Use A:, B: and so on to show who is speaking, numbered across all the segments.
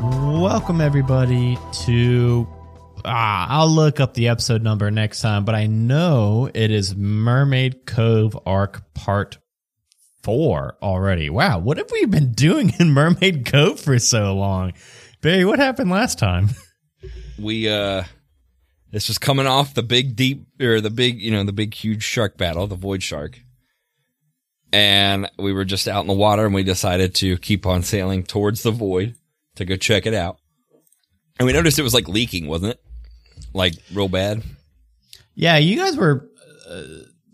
A: Welcome everybody to ah, I'll look up the episode number next time, but I know it is Mermaid Cove Arc Part 4 already. Wow, what have we been doing in Mermaid Cove for so long? Barry, what happened last time?
B: we uh this was coming off the big deep or the big you know the big huge shark battle the void shark and we were just out in the water and we decided to keep on sailing towards the void to go check it out and we noticed it was like leaking wasn't it like real bad
A: Yeah, you guys were uh,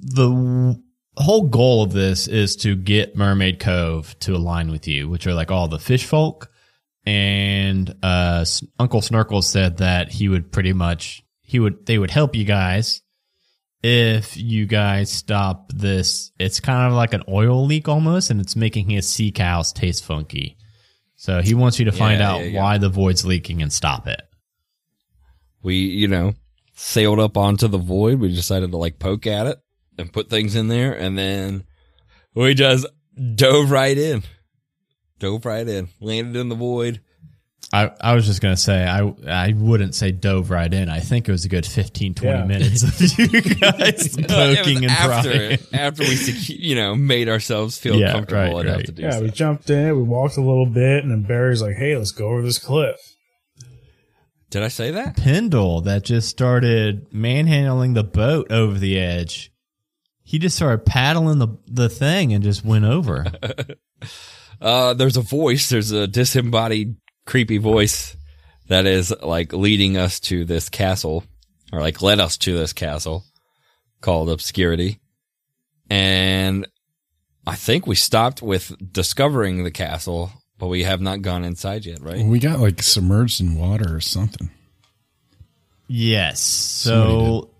A: the w- whole goal of this is to get Mermaid Cove to align with you, which are like all the fish folk. And uh, S- Uncle Snorkel said that he would pretty much he would they would help you guys if you guys stop this. It's kind of like an oil leak almost, and it's making his sea cows taste funky. So he wants you to find
B: Yeah,
A: out
B: yeah, yeah.
A: why the void's leaking and stop it.
B: we you know sailed up onto the void we decided to like poke at it and put things in there and then we just dove right in dove right in landed in the void
A: I, I was just gonna say I I wouldn't say dove right in. I think it was a good 15, 20 minutes of you guys
B: Well, it was
A: poking and
B: after,
A: prying.
B: After we, secu- you know, made ourselves feel
A: Yeah,
B: comfortable
A: right,
B: enough
A: right.
B: to do
C: Yeah,
B: so.
C: we jumped in, we walked a little bit, and then Barry's like, hey, let's go over this cliff.
B: Did I say that?
A: Pendle that just started manhandling the boat over the edge. He just started paddling the the thing and just went over.
B: Uh, there's a voice. There's a disembodied, creepy voice that is like leading us to this castle, or like led us to this castle called Obscurity. And I think we stopped with discovering the castle, but we have not gone inside yet, right?
D: We got like submerged in water or something.
A: yes. So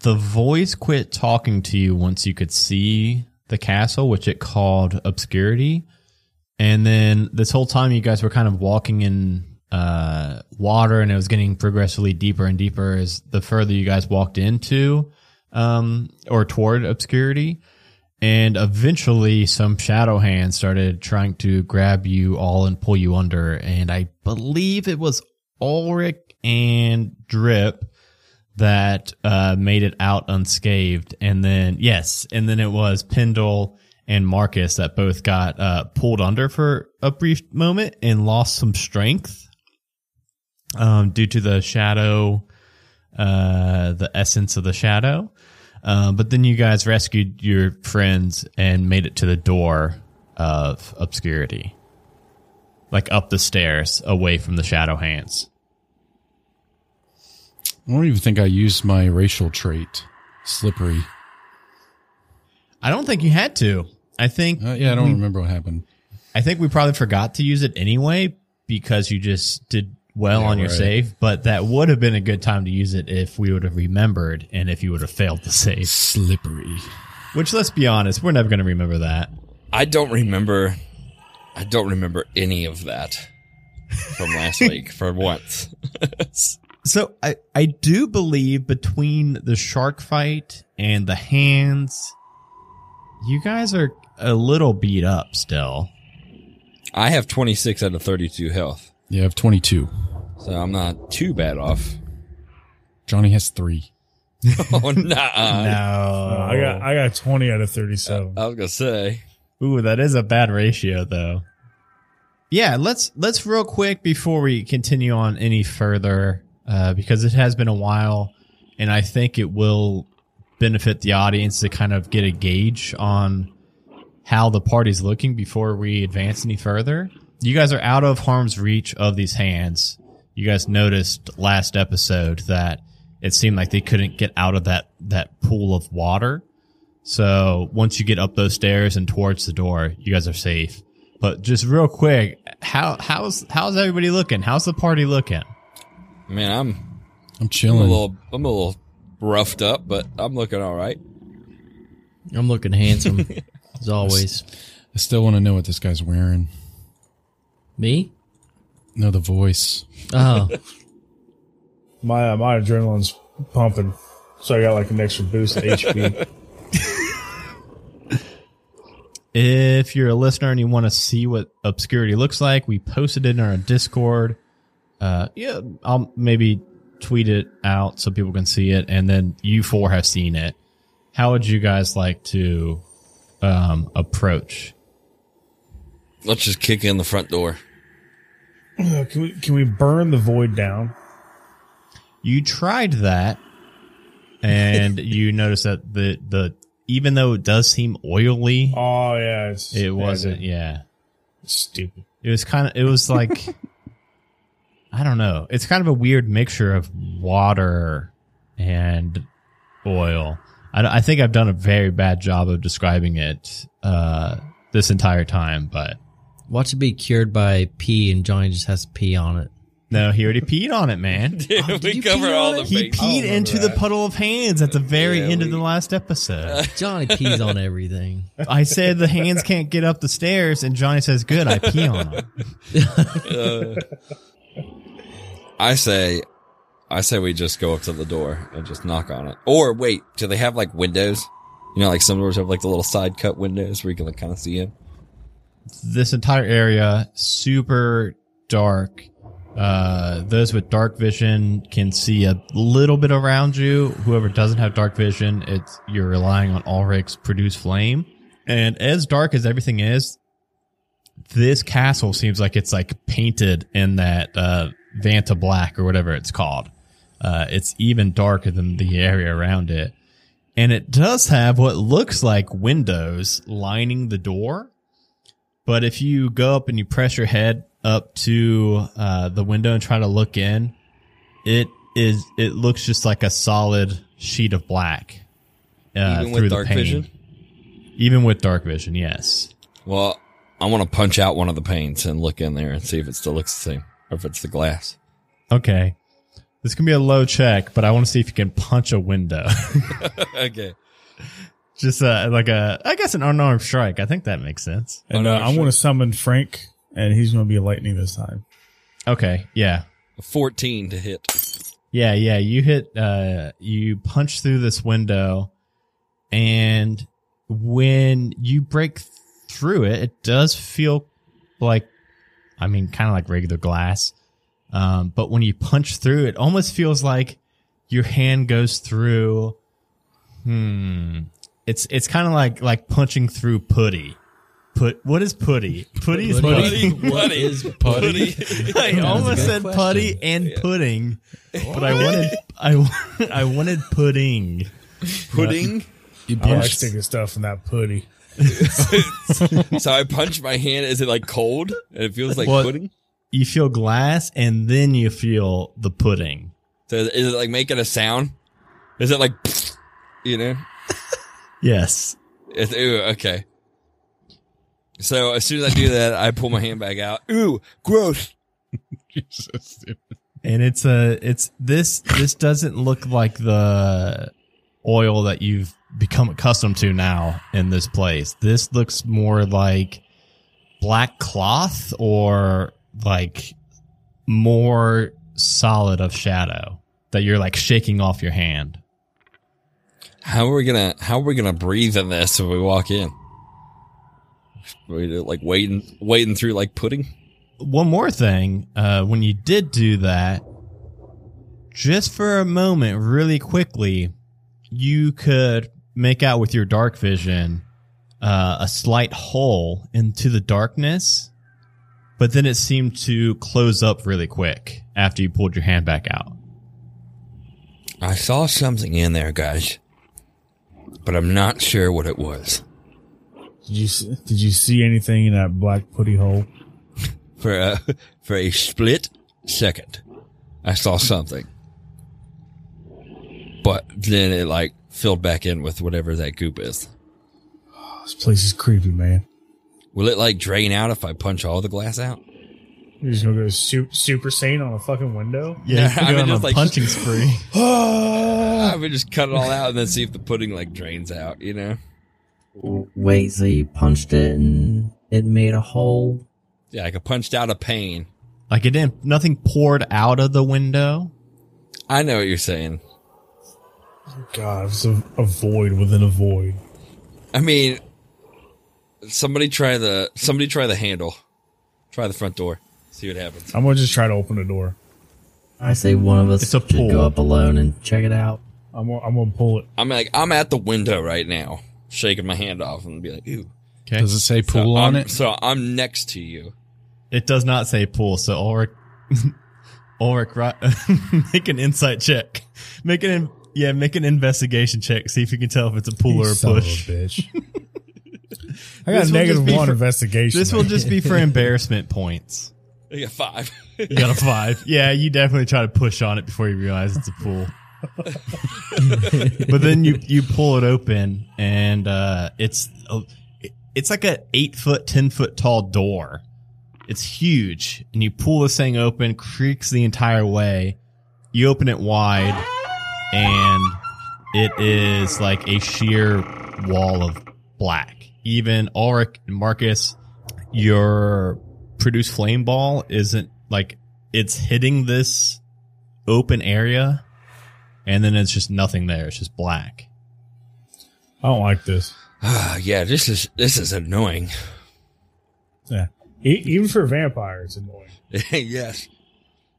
A: the voice quit talking to you once you could see the castle, which it called obscurity. And then this whole time, you guys were kind of walking in uh, water, and it was getting progressively deeper and deeper as the further you guys walked into um, or toward obscurity. And eventually, some shadow hand started trying to grab you all and pull you under. And I believe it was Ulrich and Drip that uh, made it out unscathed. And then, yes, and then it was Pendle and Marcus that both got uh, pulled under for a brief moment and lost some strength um, due to the shadow, uh, the essence of the shadow. Uh, but then you guys rescued your friends and made it to the door of obscurity, like up the stairs away from the shadow hands.
D: I don't even think I used my racial trait, slippery.
A: I don't think you had to. I think
D: Uh, yeah, I don't remember what happened.
A: I think we probably forgot to use it anyway because you just did well on your
D: right.
A: save. But that would have been a good time to use it if we would have remembered and if you would have failed the save.
D: Slippery.
A: Which, let's be honest, we're never going to remember that.
B: I don't remember. I don't remember any of that from last week. For once,
A: So I I do believe between the shark fight and the hands, you guys are a little beat up still.
B: I have 26 out of 32 health,
D: Yeah, I have 22.
B: so I'm not too bad off.
D: Johnny has three.
B: Oh nah.
A: No,
C: Uh, I got
A: Oh.
C: I got 20 out of 37.
B: I was gonna say
A: Ooh, that is a bad ratio though. Yeah, let's let's real quick before we continue on any further, uh, because it has been a while, and I think it will benefit the audience to kind of get a gauge on how the party's looking before we advance any further. You guys are out of harm's reach of these hands. You guys noticed last episode that it seemed like they couldn't get out of that that pool of water. So once you get up those stairs and towards the door, you guys are safe. But just real quick, how how's how's everybody looking? How's the party looking?
B: man, I'm,
D: I'm
B: I'm a
D: chilling.
B: little, I'm a little roughed up, but I'm looking all right.
E: I'm looking handsome as always.
D: I still want to know what this guy's wearing.
E: Me?
D: No, the voice.
E: Oh,
C: My uh, my adrenaline's pumping, so I got like an extra boost of HP.
A: If you're a listener and you want to see what obscurity looks like, we posted it in our Discord. Uh, yeah, I'll maybe tweet it out so people can see it, and then you four have seen it. How would you guys like to um, approach?
B: Let's just kick in the front door.
C: Uh, Can we can we burn the void down?
A: You tried that, and you notice that the the even though it does seem oily,
C: Oh yeah, it's, yeah,
A: it wasn't.
C: dude.
A: Yeah,
C: stupid.
A: it was kind of. It was like I don't know. It's kind of a weird mixture of water and oil. I, don't- I think I've done a very bad job of describing it uh, this entire time, but
E: Watch it be cured by pee, and Johnny just has to pee on it.
A: no, he already peed on it, man.
B: we
E: you
B: cover
E: pee
B: all
E: on
B: the
E: it?
A: He
B: bases.
A: peed
C: remember
A: into the
C: that.
A: puddle of hands at the very
B: Yeah,
A: end of
B: we-
A: the last episode.
E: Johnny pees on everything.
A: I said the hands can't get up the stairs, and Johnny says, "Good, I pee on them."
B: Uh, I say, I say we just go up to the door and just knock on it. Or wait, do they have like windows? You know, like some doors have like the little side cut windows where you can like kind of see in.
A: This entire area super dark. Uh, those with dark vision can see a little bit around you. Whoever doesn't have dark vision, it's you're relying on Ulrich's produce flame. And as dark as everything is, this castle seems like it's like painted in that uh, Vanta black or whatever it's called. Uh, it's even darker than the area around it. And it does have what looks like windows lining the door. But if you go up and you press your head up to uh, the window and try to look in, it is it looks just like a solid sheet of black. Uh,
B: Even with
A: through the
B: dark
A: pane.
B: vision?
A: Even with dark vision, yes.
B: Well, I want to punch out one of the panes and look in there and see if it still looks the same or if it's the glass.
A: Okay. This can be a low check, but I want to see if you can punch a window.
B: okay.
A: Just uh, like a, I guess an unarmed strike. I think that makes sense.
C: And uh,
B: no,
C: I
B: sure.
C: want to summon Frank, and he's going to be lightning this time.
A: Okay. Yeah.
B: 14 to hit.
A: Yeah. Yeah. You hit, uh, you punch through this window and when you break through it, it does feel like, I mean, kind of like regular glass. Um, but when you punch through, it almost feels like your hand goes through. Hmm. It's it's kind of like like punching through putty. Put what is putty? Putty is
E: Putty?
A: pudding.
E: What is putty?
A: I almost
E: good
A: said
E: question.
A: putty and pudding, but I wanted I wa- I wanted pudding.
B: Pudding?
D: You
C: I like
D: punched.
C: sticking stuff in that putty.
B: so I punch my hand. Is it like cold? And it feels like
A: Well-
B: pudding?
A: You feel glass and then you feel the pudding.
B: So is it like making a sound? Is it like, you know?
A: Yes.
B: It's, ooh, okay. So as soon as I do that, I pull my hand back out. Ooh, gross.
D: Jesus, dude.
A: and it's a it's this this doesn't look like the oil that you've become accustomed to now in this place this looks more like black cloth or like more solid of shadow that you're like shaking off your hand
B: How are we gonna How are we gonna breathe in this when we walk in? We do, like wading wading through like pudding.
A: one more thing uh, when you did do that just for a moment really quickly you could make out with your dark vision uh, a slight hole into the darkness but then it seemed to close up really quick after you pulled your hand back out
B: I saw something in there, guys, but I'm not sure what it was.
C: Did you see, did you see anything in that black putty hole?
B: For a for a split second, I saw something, but then it like filled back in with whatever that goop is.
C: This place is creepy, man.
B: Will it like drain out if I punch all the glass out?
C: You're just going to go su- super sane on a fucking window.
A: yeah
B: I mean,
A: you're on a
B: just like-
A: punching spree
B: I would just cut it all out and then see if the pudding like drains out. You know?
E: Waisley punched it, and it made a hole.
B: Yeah, like I punched out a pane.
A: like it didn't nothing poured out of the window
B: I know what you're saying.
C: God, it's a, a void within a void.
B: I mean, somebody try the somebody try the handle, try the front door, see what happens.
C: I'm going to just try to open the door.
E: I say one of us
A: It's a
E: should
A: pool.
E: go up alone and check it out.
C: I'm gonna, I'm gonna pull it.
B: I'm like, I'm at the window right now, shaking my hand off and be like, ooh.
A: Okay.
D: Does it say
B: So
D: pool on
B: I'm-
D: it?
B: So I'm next to you.
A: It does not say pool, so Ulrich, Ulrich, right, make an insight check. Make an in, yeah, make an investigation check. See if you can tell if it's a pool
C: You
A: or a
C: son of
A: push.
C: bitch.
A: This
C: I got a
A: will just
C: negative
A: be
C: one
A: for-
C: investigation.
A: This will just be for embarrassment points.
B: I got five.
A: You got a five. Yeah, you definitely try to push on it before you realize it's a pool. but then you you pull it open and uh, it's a, it's like a eight foot, ten foot tall door. It's huge, and you pull this thing open, creaks the entire way. You open it wide, and it is like a sheer wall of black. Even Ulrich and Marcus, your produce flame ball isn't like it's hitting this open area and then it's just nothing there. It's just black.
C: I don't like this.
B: Ah, yeah, this is this is annoying.
C: Yeah. E- even for vampires, it's annoying.
B: yes.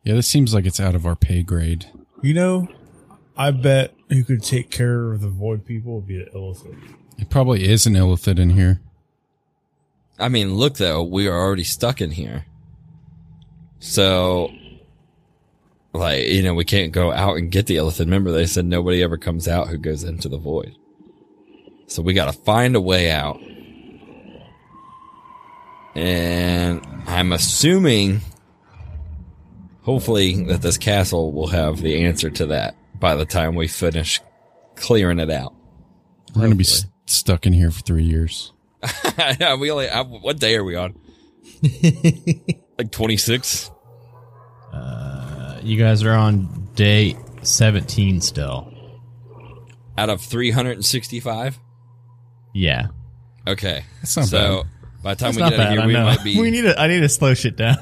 D: Yeah, this seems like it's out of our pay grade.
C: You know, I bet who could take care of the void people would be the elephant.
D: It probably is an illithid in here.
B: I mean, look though, we are already stuck in here. So like, you know, we can't go out and get the elephant. Remember they said nobody ever comes out who goes into the void. So we gotta find a way out. And I'm assuming hopefully that this castle will have the answer to that by the time we finish clearing it out.
D: We're going to be st- stuck in here for three years.
B: we only I, what day are we on? like twenty six.
A: Uh, you guys are on day 17 still.
B: out of 365.
A: Yeah.
B: Okay.
D: That's not
B: so by the time
A: That's
B: we
A: not
B: get out of
A: bad.
B: here,
A: I
B: we
A: know.
B: might be,
A: we need to, I need to slow shit down.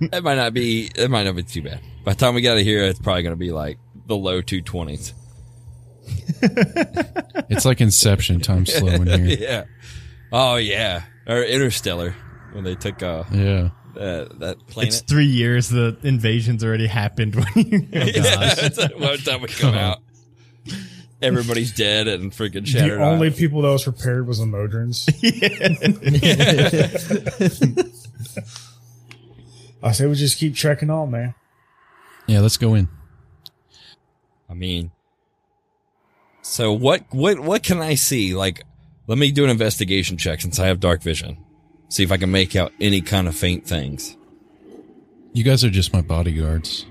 B: it might not be, it might not be too bad. By the time we get out of here, it's probably going to be like the low 220s.
D: It's like Inception, time slow in here.
B: Yeah. Oh, yeah. Or Interstellar when they took, uh,
D: Yeah.
B: uh that planet.
A: It's three years. The invasion's already happened. When you, oh gosh.
B: That's by the time we come out. Everybody's dead and freaking
C: The
B: shattered.
C: only
B: Only-
C: people that was prepared was the Modrons. I say we just keep trekking on, man.
D: Yeah, let's go in.
B: I mean, so what, what, what can I see? Like, let me do an investigation check since I have dark vision. See if I can make out any kind of faint things.
D: You guys are just my bodyguards.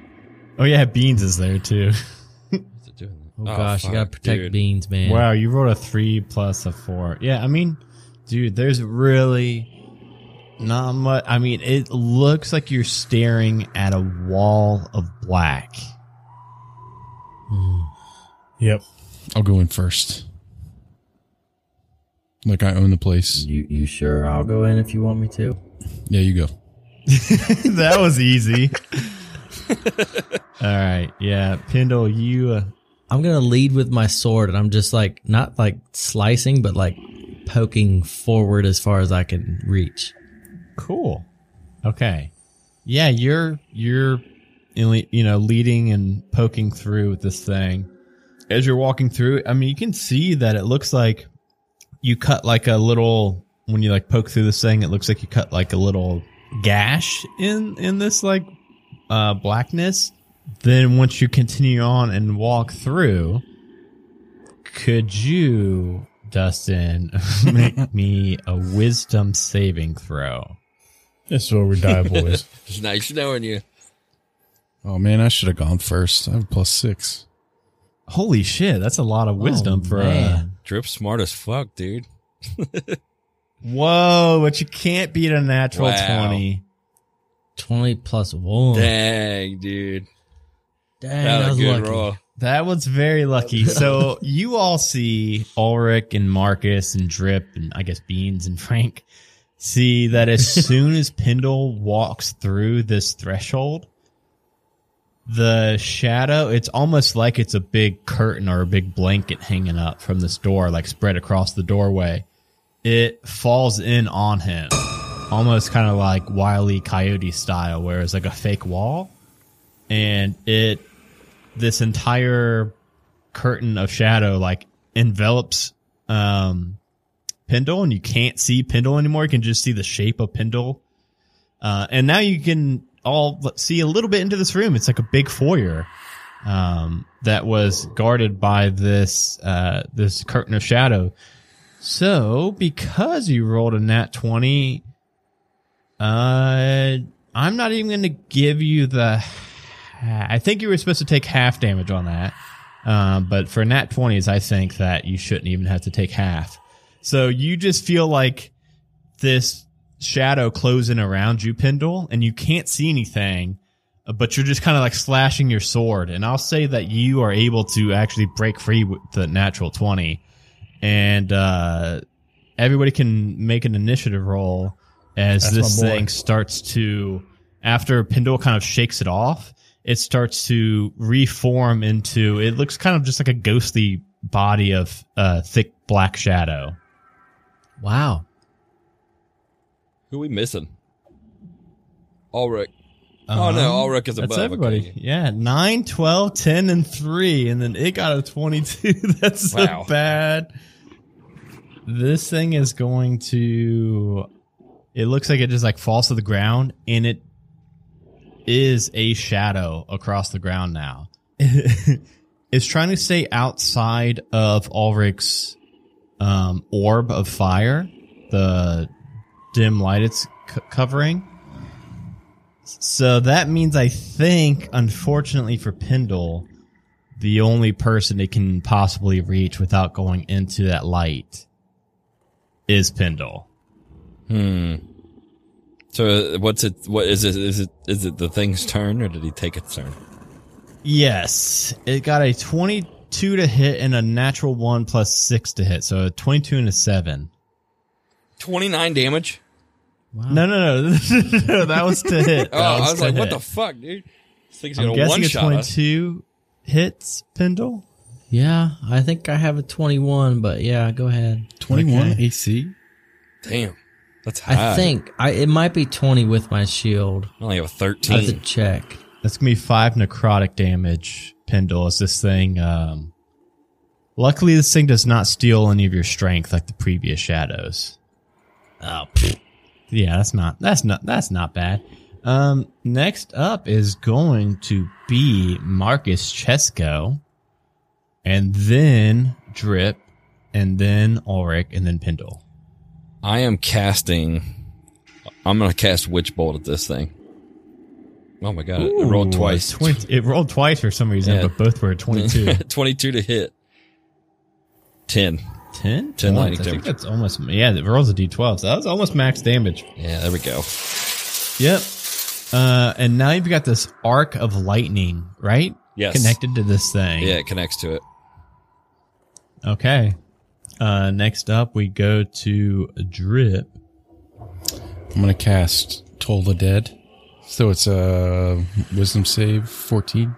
A: oh yeah, Beans is there too.
B: Is it doing
F: Oh,
B: that?
F: gosh, you gotta
B: fuck,
F: protect
B: dude.
F: beans, man.
A: Wow, you rolled a three plus a four. Yeah, I mean, dude, there's really not much. I mean, it looks like you're staring at a wall of black.
C: Yep.
D: I'll go in first. Like I own the place.
E: You you sure? I'll go in if you want me to.
D: Yeah, you go.
A: that was easy. All right, yeah, Pendle, you. Uh,
F: I'm gonna lead with my sword, and I'm just like not like slicing, but like poking forward as far as I can reach.
A: Cool. Okay. Yeah, you're you're in le- you know leading and poking through with this thing. As you're walking through, I mean, you can see that it looks like you cut like a little when you like poke through this thing. It looks like you cut like a little gash in in this like uh, blackness. Then once you continue on and walk through, could you, Dustin, make me a wisdom saving throw?
C: This is where we die, boys.
B: It's nice knowing you.
D: Oh man, I should have gone first. I have a plus six.
A: Holy shit, that's a lot of wisdom
F: Oh,
A: for a.
F: man.
B: Drip smart as fuck, dude.
A: Whoa, but you can't beat a natural
B: Wow.
A: 20.
F: twenty plus one.
B: Dang, dude.
F: Dang,
B: That
F: I
B: was
F: was
B: a good
F: lucky.
B: roll.
A: That was very lucky. So you all see Ulrich and Marcus and Drip and I guess Beans and Frank see that as soon as Pendle walks through this threshold, the shadow, it's almost like it's a big curtain or a big blanket hanging up from this door, like spread across the doorway. It falls in on him, almost kind of like Wile E. Coyote style, where it's like a fake wall and it this entire curtain of shadow like envelops um Pendle and you can't see Pendle anymore. You can just see the shape of Pendle. Uh, and now you can all see a little bit into this room. It's like a big foyer um, that was guarded by this uh, this curtain of shadow. So because you rolled a nat twenty, uh, I'm not even going to give you the. I think you were supposed to take half damage on that, uh, but for nat twenties, I think that you shouldn't even have to take half. So you just feel like this shadow closing around you, Pendle, and you can't see anything, uh, but you're just kind of like slashing your sword. And I'll say that you are able to actually break free with the natural 20. And uh, everybody can make an initiative roll as
C: That's
A: this
C: my boy.
A: thing starts to, after Pendle kind of shakes it off, it starts to reform into, it looks kind of just like a ghostly body of uh, thick black shadow.
F: Wow.
B: Who we missing? Ulrich. Oh no,
F: Uh-huh.
B: Ulrich is above.
A: Uh-huh. That's
B: okay.
A: everybody. Yeah, 9, 12, 10, and 3. And then it got a 22. That's
B: Wow.
A: so bad. This thing is going to. It looks like it just like falls to the ground and it is a shadow across the ground now. it's trying to stay outside of Ulrich's um, orb of fire, the dim light it's c- covering. So that means I think, unfortunately for Pendle, the only person it can possibly reach without going into that light is Pendle.
B: Hmm. So uh, what's it? What is it? Is it? Is it the thing's turn, or did he take its turn?
A: Yes, it got a 22 to hit and a natural 1 plus 6 to hit. So a 22 and a 7.
B: Twenty nine damage.
A: No, no, no. no that was to hit. That
B: Oh, I was
A: to
B: like, what
A: hit.
B: the fuck, dude? This thing's
A: I'm
B: gonna
A: guessing
B: one
A: a
B: shot us.
A: 22 hits Pendle?
F: Yeah, I think I have a 21, but yeah, go ahead.
D: 21 AC?
B: Damn, that's high.
F: I think I it might be 20 with my shield.
B: I only have a
F: I have to
B: thirteen.
F: check.
A: That's gonna be five necrotic damage, Pendle. Is this thing? Um, luckily, this thing does not steal any of your strength like the previous shadows.
F: Oh,
A: Yeah, that's not that's not that's not bad. Um, next up is going to be Marcus Chesko, and then Drip, and then Ulrich, and then Pendle.
B: I am casting. I'm gonna cast Witch Bolt at this thing. Oh my god! it rolled twice.
A: Twen- it rolled twice for some reason,
B: Yeah.
A: but both were twenty-two.
B: 22 to hit. 10.
A: 10?
B: 10
A: Once.
B: lightning
A: I think
B: damage.
A: that's almost yeah. It rolls a d12, so that was almost max damage.
B: Yeah, there we go.
A: Yep. Uh, and now you've got this arc of lightning, right?
B: Yes.
A: Connected to this thing.
B: Yeah, it connects to it.
A: Okay. Uh, next up, we go to Drip.
D: I'm going to cast Toll the Dead. So it's a wisdom save 14.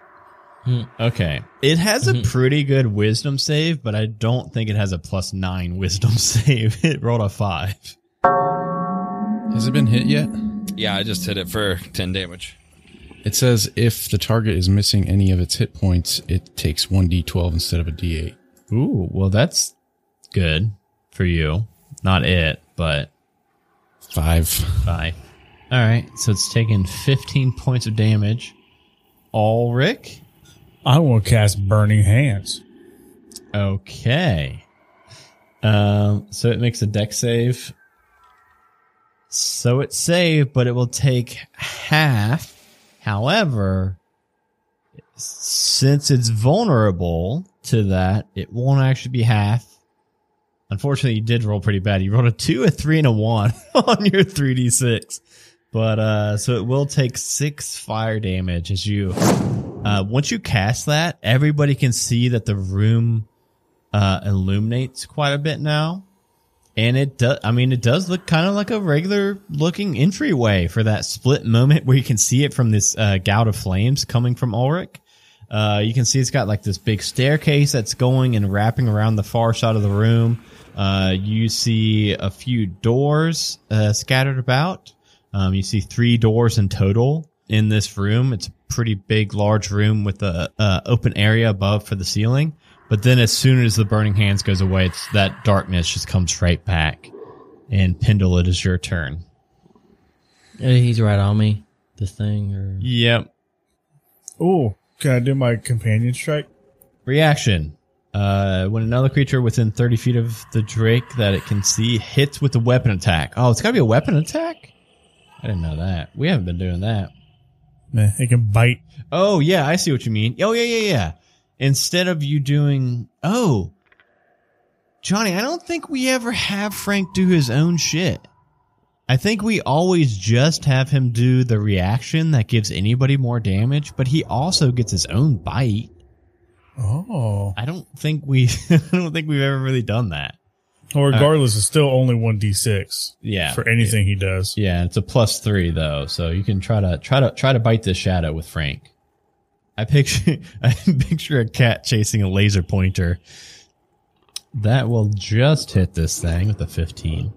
A: Okay. It has
B: Mm-hmm.
A: a pretty good wisdom save, but I don't think it has a plus nine wisdom save. It rolled a five.
D: Has it been hit yet?
B: Yeah, I just hit it for 10 damage.
D: It says if the target is missing any of its hit points, it takes 1d12 instead of a d8.
A: Ooh, well, that's good for you. Not it, but
D: Five.
A: Five. All right, so it's taking 15 points of damage. Ulrich.
C: I want to cast Burning Hands.
A: Okay. Um, so it makes a deck save. So it's saved, but it will take half. However, since it's vulnerable to that, it won't actually be half. Unfortunately, you did roll pretty bad. You rolled a two, a three, and a one on your 3d6. But uh, so it will take six fire damage as you uh, once you cast that, everybody can see that the room uh, illuminates quite a bit now, and it does. I mean, it does look kind of like a regular looking entryway for that split moment where you can see it from this uh, gout of flames coming from Ulrich. Uh, you can see it's got like this big staircase that's going and wrapping around the far side of the room. Uh, you see a few doors uh, scattered about. Um, you see three doors in total in this room. It's a pretty big, large room with a uh, open area above for the ceiling. But then, as soon as the burning hands goes away, it's that darkness just comes right back. And Pendle, it is your turn.
F: Eh, He's right on me. This thing or
A: Yep.
C: Ooh, can I do my companion strike?
A: Reaction. Uh, when another creature within 30 feet of the Drake that it can see hits with a weapon attack. Oh, it's got to be a weapon attack? I didn't know that. We haven't been doing that.
C: Nah, it can bite.
A: Oh yeah, I see what you mean. Oh yeah, yeah, yeah. Instead of you doing oh Johnny, I don't think we ever have Frank do his own shit. I think we always just have him do the reaction that gives anybody more damage, but he also gets his own bite.
C: Oh.
A: I don't think we I don't think we've ever really done that.
C: Well, regardless, it's still only one d six
A: Uh, Yeah.
C: for anything he does.
A: Yeah, it's a plus three though, so you can try to try to try to bite this shadow with Frank. I picture I picture a cat chasing a laser pointer. That will just hit this thing with a fifteen.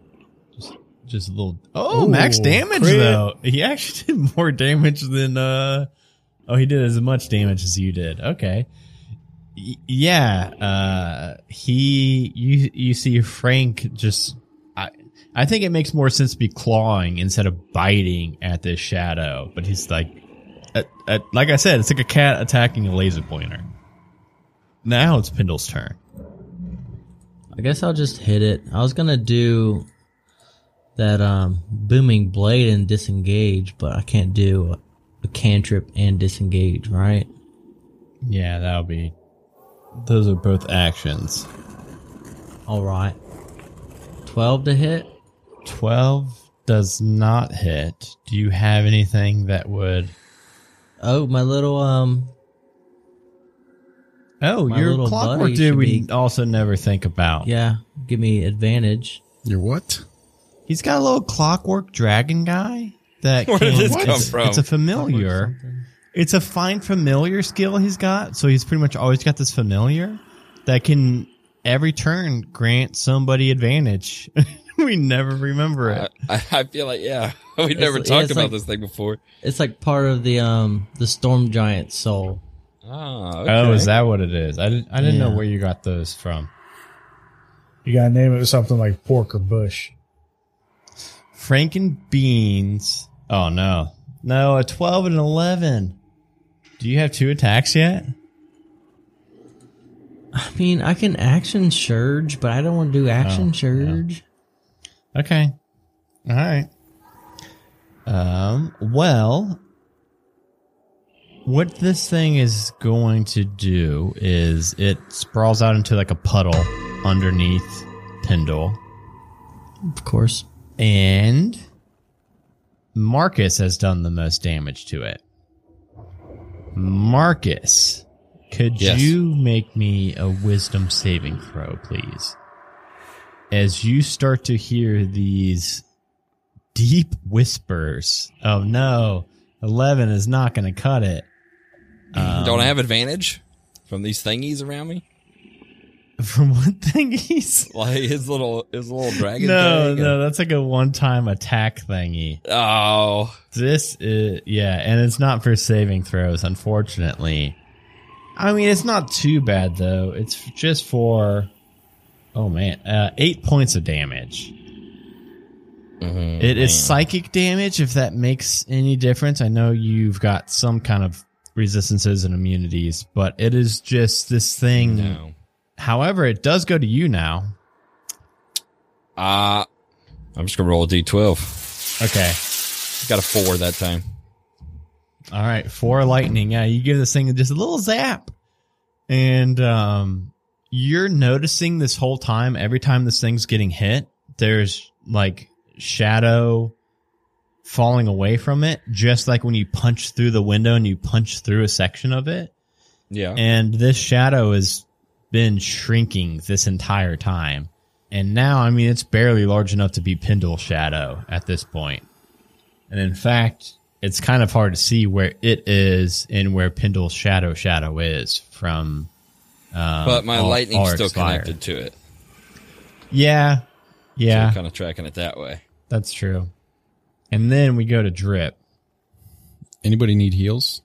A: Just just a little Oh,
C: Ooh,
A: max damage
C: crit.
A: though. He actually did more damage than uh Oh, he did as much damage as you did. Okay. Y- yeah, uh he you you see Frank just I I think it makes more sense to be clawing instead of biting at this shadow, but he's like uh, uh, like I said, it's like a cat attacking a laser pointer. Now it's Pendle's turn.
F: I guess I'll just hit it. I was gonna do that um, booming blade and disengage, but I can't do a, a cantrip and disengage, right?
A: Yeah, that'll be. Those are both actions.
F: All right, twelve to hit.
A: 12 does not hit. Do you have anything that would.
F: Oh, my little um,
A: Oh,
F: My
A: your
F: little
A: clockwork
F: buddy
A: dude
F: should
A: we
F: be-
A: also never think about.
F: yeah, give me advantage.
D: You're what?
A: He's got a little clockwork dragon guy that
B: Where did
A: can-
B: this come
A: it's-
B: from?
A: It's a familiar. It's a find familiar skill he's got, so he's pretty much always got this familiar that can every turn grant somebody advantage. we never remember it.
B: I, I feel like yeah, we never
F: yeah,
B: talked
F: it's
B: about
F: like-
B: this thing before.
F: It's like part of the um, the storm giant soul.
B: Ah,
A: Oh,
B: okay.
A: is that what it is? I didn't I didn't know
F: Yeah.
A: where you got those from.
C: You gotta name it something like pork or bush.
A: Franken beans. Oh no. No, a 12 and an 11. Do you have two attacks yet?
F: I mean, I can action surge, but I don't want to do action surge.
A: Okay. All right. Um, well, what this thing is going to do is it sprawls out into like a puddle underneath Pendle.
F: Of course.
A: And Marcus has done the most damage to it. Marcus, could
B: Yes.
A: you make me a wisdom saving throw, please? As you start to hear these deep whispers Oh no, 11 is not going to cut it.
B: Don't I have advantage from these thingies around me?
A: From what thing he's.
B: Like his little his little dragon.
A: No,
B: thing
A: no, that's like a one time attack thingy.
B: and- oh,
A: This is yeah, and it's not for saving throws, unfortunately. I mean, it's not too bad though. It's just for oh man, uh, eight points of damage. It is psychic damage, if that makes any difference. I know you've got some kind of resistances and immunities, but it is just this thing.
B: no.
A: However, it does go to you now.
B: Uh, I'm just gonna roll a d12.
A: Okay.
B: Got a four that time.
A: All right, four lightning. Yeah, you give this thing just a little zap, and um, you're noticing this whole time. Every time this thing's getting hit, there's like shadow falling away from it, just like when you punch through the window and you punch through a section of it.
B: Yeah.
A: And this shadow has been shrinking this entire time, and now I mean it's barely large enough to be Pendle Shadow at this point. And in fact, it's kind of hard to see where it is and where Pendle's shadow shadow is from. Um,
B: but my
A: all-
B: lightning's
A: all
B: still
A: expire.
B: connected to it.
A: Yeah, yeah,
B: kind of tracking it that way.
A: that's true. And then we go to Drip.
D: Anybody need heals?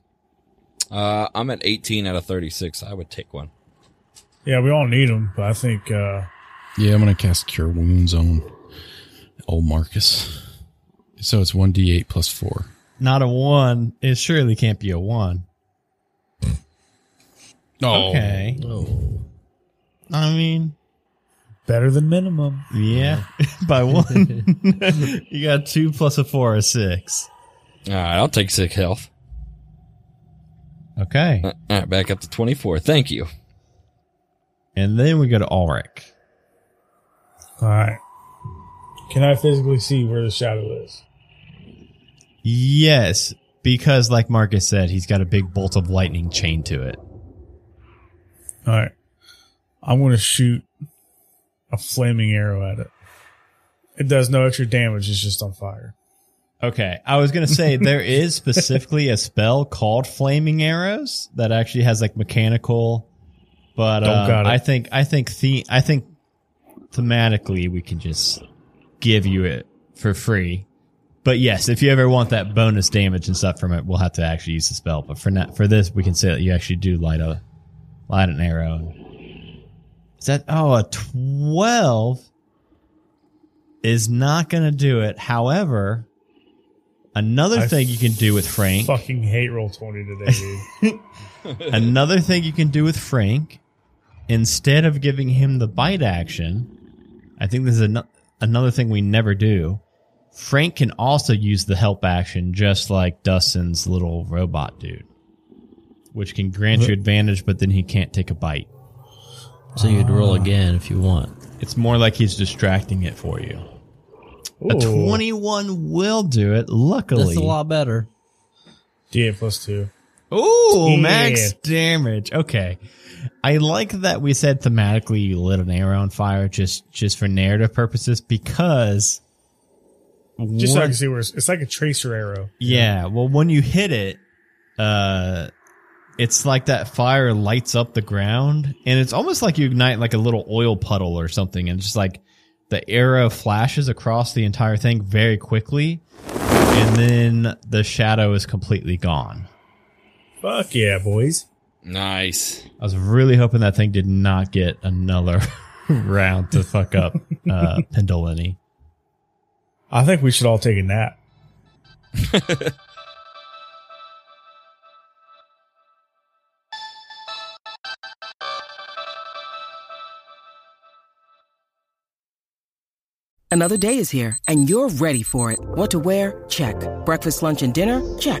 B: Uh, I'm at 18 out of 36. I would take one.
C: Yeah, we all need them, but I think uh,
D: Yeah, I'm gonna cast Cure Wounds on old Marcus. So it's one d8 plus four.
A: Not a one. It surely can't be a one.
D: Oh,
A: Okay. I mean,
C: better than minimum.
A: yeah, by one. you got two plus a four or six.
B: All right, I'll take sick health. Uh,
A: Okay.
B: All right, back up to 24. Thank you.
A: And then we go to Ulrich.
C: All right. Can I physically see where the shadow is?
A: Yes, because like Marcus said, he's got a big bolt of lightning chained to it.
C: All right. I'm going to shoot a flaming arrow at it. It does no extra damage. It's just on fire.
A: Okay, I was gonna say there is specifically a spell called Flaming Arrows that actually has like mechanical, but
C: Don't
A: um,
C: got it.
A: I think I think the I think thematically we can just give you it for free. But yes, if you ever want that bonus damage and stuff from it, we'll have to actually use the spell. But for not for this, we can say that you actually do light a light an arrow. Is that oh a twelve? Is not gonna do it. However, another
C: I
A: thing you can do with Frank
C: Fucking hate roll 20 today, dude.
A: Another thing you can do with Frank, instead of giving him the bite action, I think this is ano- another thing we never do. Frank can also use the help action, just like Dustin's little robot dude, which can grant you advantage, but then he can't take a bite.
F: So you'd roll again if you want.
A: It's more like he's distracting it for you. A
C: Ooh.
A: 21 will do it, luckily.
F: That's a lot better.
C: D8 plus 2.
A: Ooh,
C: Yeah.
A: max damage. Okay. I like that we said thematically you lit an arrow on fire just just for narrative purposes because
C: Just so I
A: one-
C: can see where it's, it's like a tracer arrow.
A: yeah, well when you hit it, uh it's like that fire lights up the ground and it's almost like you ignite like a little oil puddle or something and just like the arrow flashes across the entire thing very quickly and then the shadow is completely gone.
C: Fuck yeah, boys.
B: Nice.
A: I was really hoping that thing did not get another round to fuck up uh, Pendolini.
C: I think we should all take a nap.
G: Another day is here, and you're ready for it. What to wear? Check. Breakfast, lunch, and dinner? Check.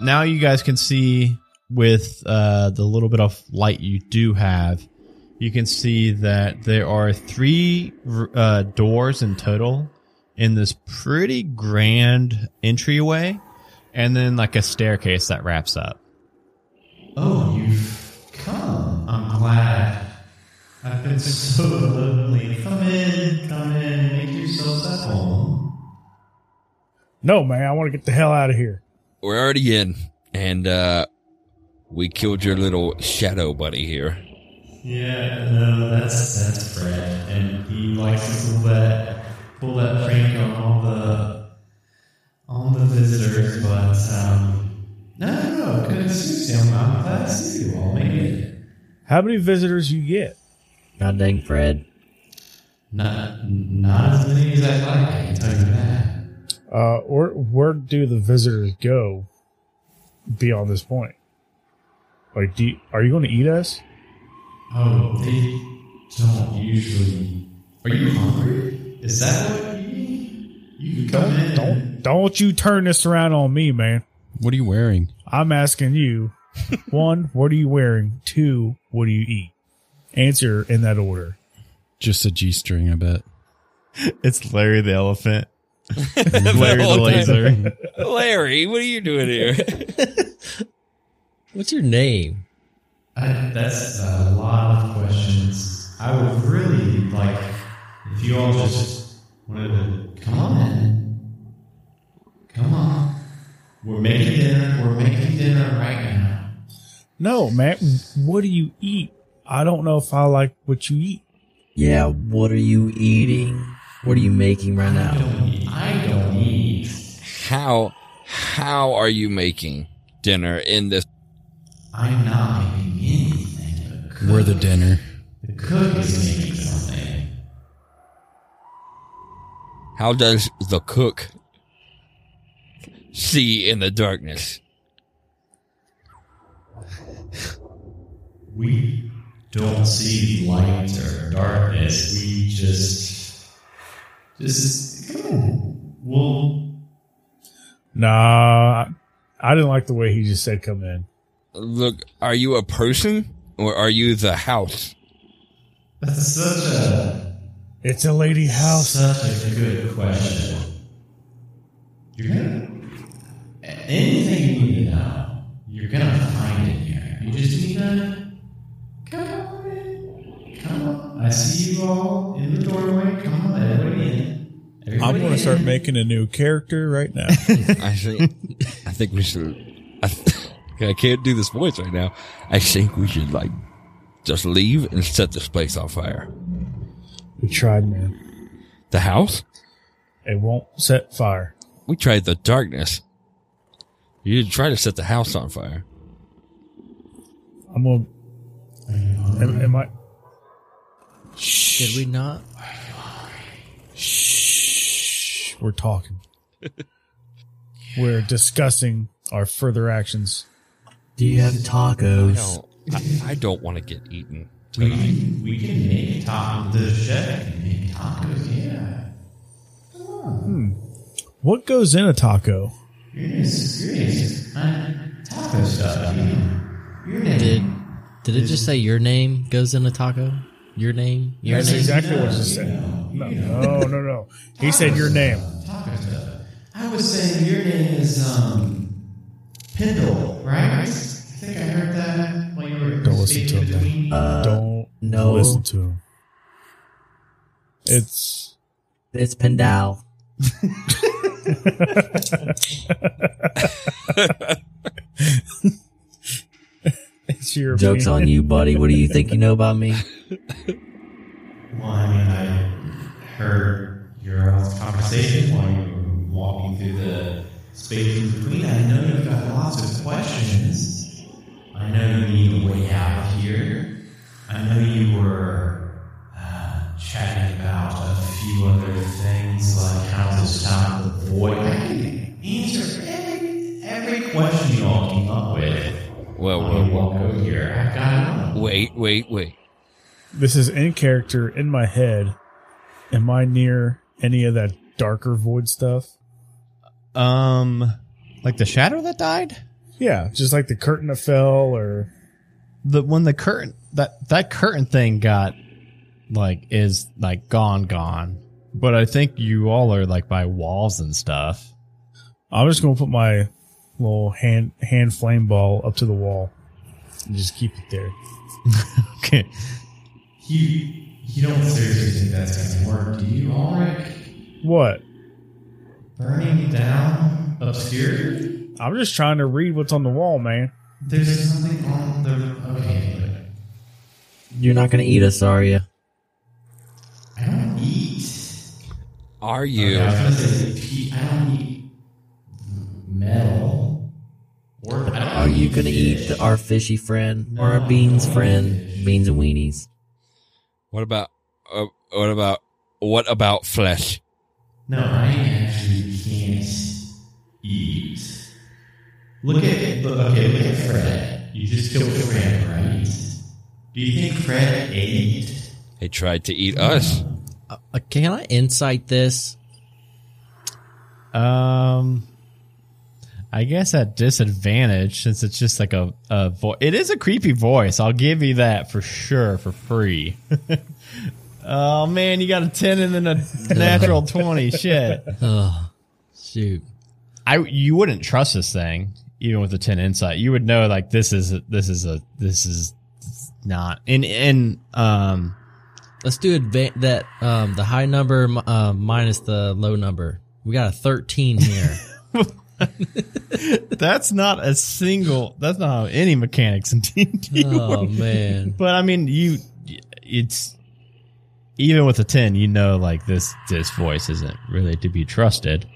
A: Now you guys can see with uh, the little bit of light you do have, you can see that there are three r- uh, doors in total in this pretty grand entryway, and then like a staircase that wraps up. Oh, you've come. I'm glad. I've been so lonely. Come in, come in, make yourselves at home.
C: No, man, I want to get the hell out of here.
B: We're already in, and uh, we killed your little shadow buddy here.
A: Yeah, no, that's that's Fred, and he likes to pull that pull that prank on all the on the visitors. But um, no, no, good to see you. I'm I'm glad to see you all. Made it.
C: How many visitors you get?
E: God dang Fred.
A: Not not as many as I like. I can tell you that.
C: Uh, or where do the visitors go beyond this point? Like, do you, are you going to eat us?
A: Oh, they don't usually. Are you hungry? Is that what you mean? You can come in.
C: Don't don't you turn this around on me, man.
D: What are you wearing?
C: I'm asking you. one, what are you wearing? Two, what do you eat? Answer in that order.
D: Just a g string, I bet.
H: It's Larry the elephant. Larry the
B: elephant.
H: laser.
B: Larry, what are you doing here?
I: What's your name?
A: That's a lot of questions. I would really like if you all just wanted to come on in. Come on. We're making dinner. We're making dinner right now.
C: No, Matt, what do you eat? I don't know if I like what you eat.
F: Yeah, what are you eating? What are you making right now?
A: I don't eat.
B: how how are you making dinner in this?
A: I'm not making anything. The cook,
D: We're the dinner.
A: the cook is making something.
B: How does the cook see in the darkness?
A: We don't see light or darkness. We just, just come on. We'll
C: Nah, I didn't like the way he just said come in.
B: Look, are you a person or are you the house?
A: That's such a
C: It's a lady house.
A: such a good question. You're gonna anything you need to know, you're gonna find it here. You just need to come on in. Come on. I see you all in the doorway. Come on, everybody in.
C: I'm
A: Everybody
C: going to start
A: in.
C: making a new character right now.
B: I think I think we should. I, th- I can't do this voice right now. I think we should like just leave and set this place on fire.
C: we tried, man.
B: The house?
C: It won't set fire.
B: We tried the darkness. You didn't try to set the house on fire.
C: I'm going to. Am, am I.
I: Did we not?
C: Shh, we're talking. we're discussing our further actions.
F: Do you have tacos?
B: No, I, I don't want to get eaten.
A: We can, we can make tacos. Um, The chef can make tacos. Yeah.
C: What goes in a taco?
A: You're gonna serious. I'm taco stuff. You know. Your name.
I: Did did it just say your name goes in a taco? Your name? Your
C: That's
I: name?
C: exactly what he said. No, no, no, no. He said your name.
A: Taco stuff. I was saying your name is um Pindle, right? I think I heard that when you were
C: Don't listen to
A: speaking
C: him.
A: between.
C: Man. Don't
F: no.
C: listen to him. It's
F: It's Pendal.
C: it's your
F: Joke's on you, buddy. What do you think you know about me?
A: Well, I mean, I heard your all's conversation while you were walking through the space in between. I know you've got lots of questions. I know you need a way out here. I know you were uh, chatting about a few other things, like how to stop the void. I can answer every, every question you all came up with.
B: Well,
A: When you
B: well,
A: walk over here, I've got it all.
B: wait, wait, wait.
C: This is in character in my head. Am I near any of that darker void stuff?
H: Um, like the shadow that died.
C: Yeah, just like the curtain that fell, or
H: The when the curtain that that curtain thing got like is like gone, gone. But I think you all are like by walls and stuff.
C: I'm just gonna put my little hand hand flame ball up to the wall and just keep it there.
H: Okay.
A: You, you don't seriously think that's going to work, do you, Ulrich?
C: What?
A: Burning down obscure?
C: I'm just trying to read what's on the wall, man.
A: There's something on the. Okay, but
F: You're not gonna eat us, are you?
A: I don't eat.
B: Are you?
A: I was gonna say, pe- I don't eat metal. Or I don't
F: Are you gonna eat the, our fishy friend or our beans friend? Beans and weenies.
B: What about? Uh, what about? What about flesh?
A: No, I actually can't eat. Look at look, okay, look at Fred. You just killed Fred, right? Do you think Fred ate?
B: They tried to eat us.
I: Uh, can I insight this?
H: Um, I guess at disadvantage since it's just like a a vo- it is a creepy voice. I'll give you that for sure for free.
A: Oh man, you got a ten and then a natural twenty. Shit.
F: Shoot.
A: I you wouldn't trust this thing even with a ten insight. You would know like this is a, this is a this is not and and um
F: Let's do adva- that. Um, the high number mi- uh, minus the low number. We got a thirteen here.
A: that's not a single that's not how any mechanics in D&D
F: oh
A: work.
F: man.
A: But I mean you it's even with a 10 you know like this this voice isn't really to be trusted.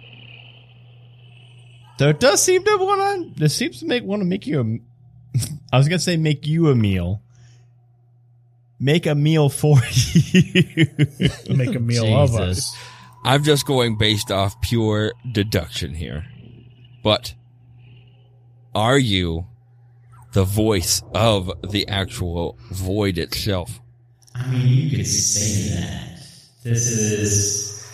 A: So it does seem to want to this seems to make want to make you a I was going to say make you a meal. Make a meal for you.
C: Make a meal of us.
F: Jesus.
B: I'm just going based off pure deduction here. But are you the voice of the actual void itself?
J: I mean, you could say that. This is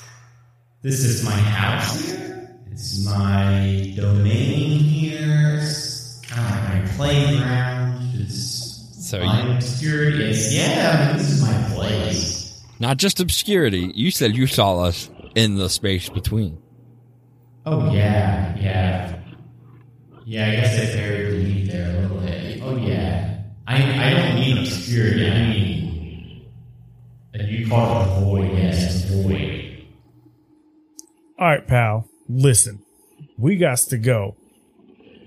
J: this is my house here. It's my domain here. It's kind of like my playground. It's
B: So
J: my
B: you-
J: obscurity. It's, yeah, I mean, this is my place.
B: Not just obscurity. You said you saw us in the space between.
J: Oh yeah, yeah, yeah. I guess I buried the lead there a little bit. Oh yeah. I I don't mean obscurity. I mean, and you call it a void. Yes, a void.
C: All right, pal. Listen, we got to go.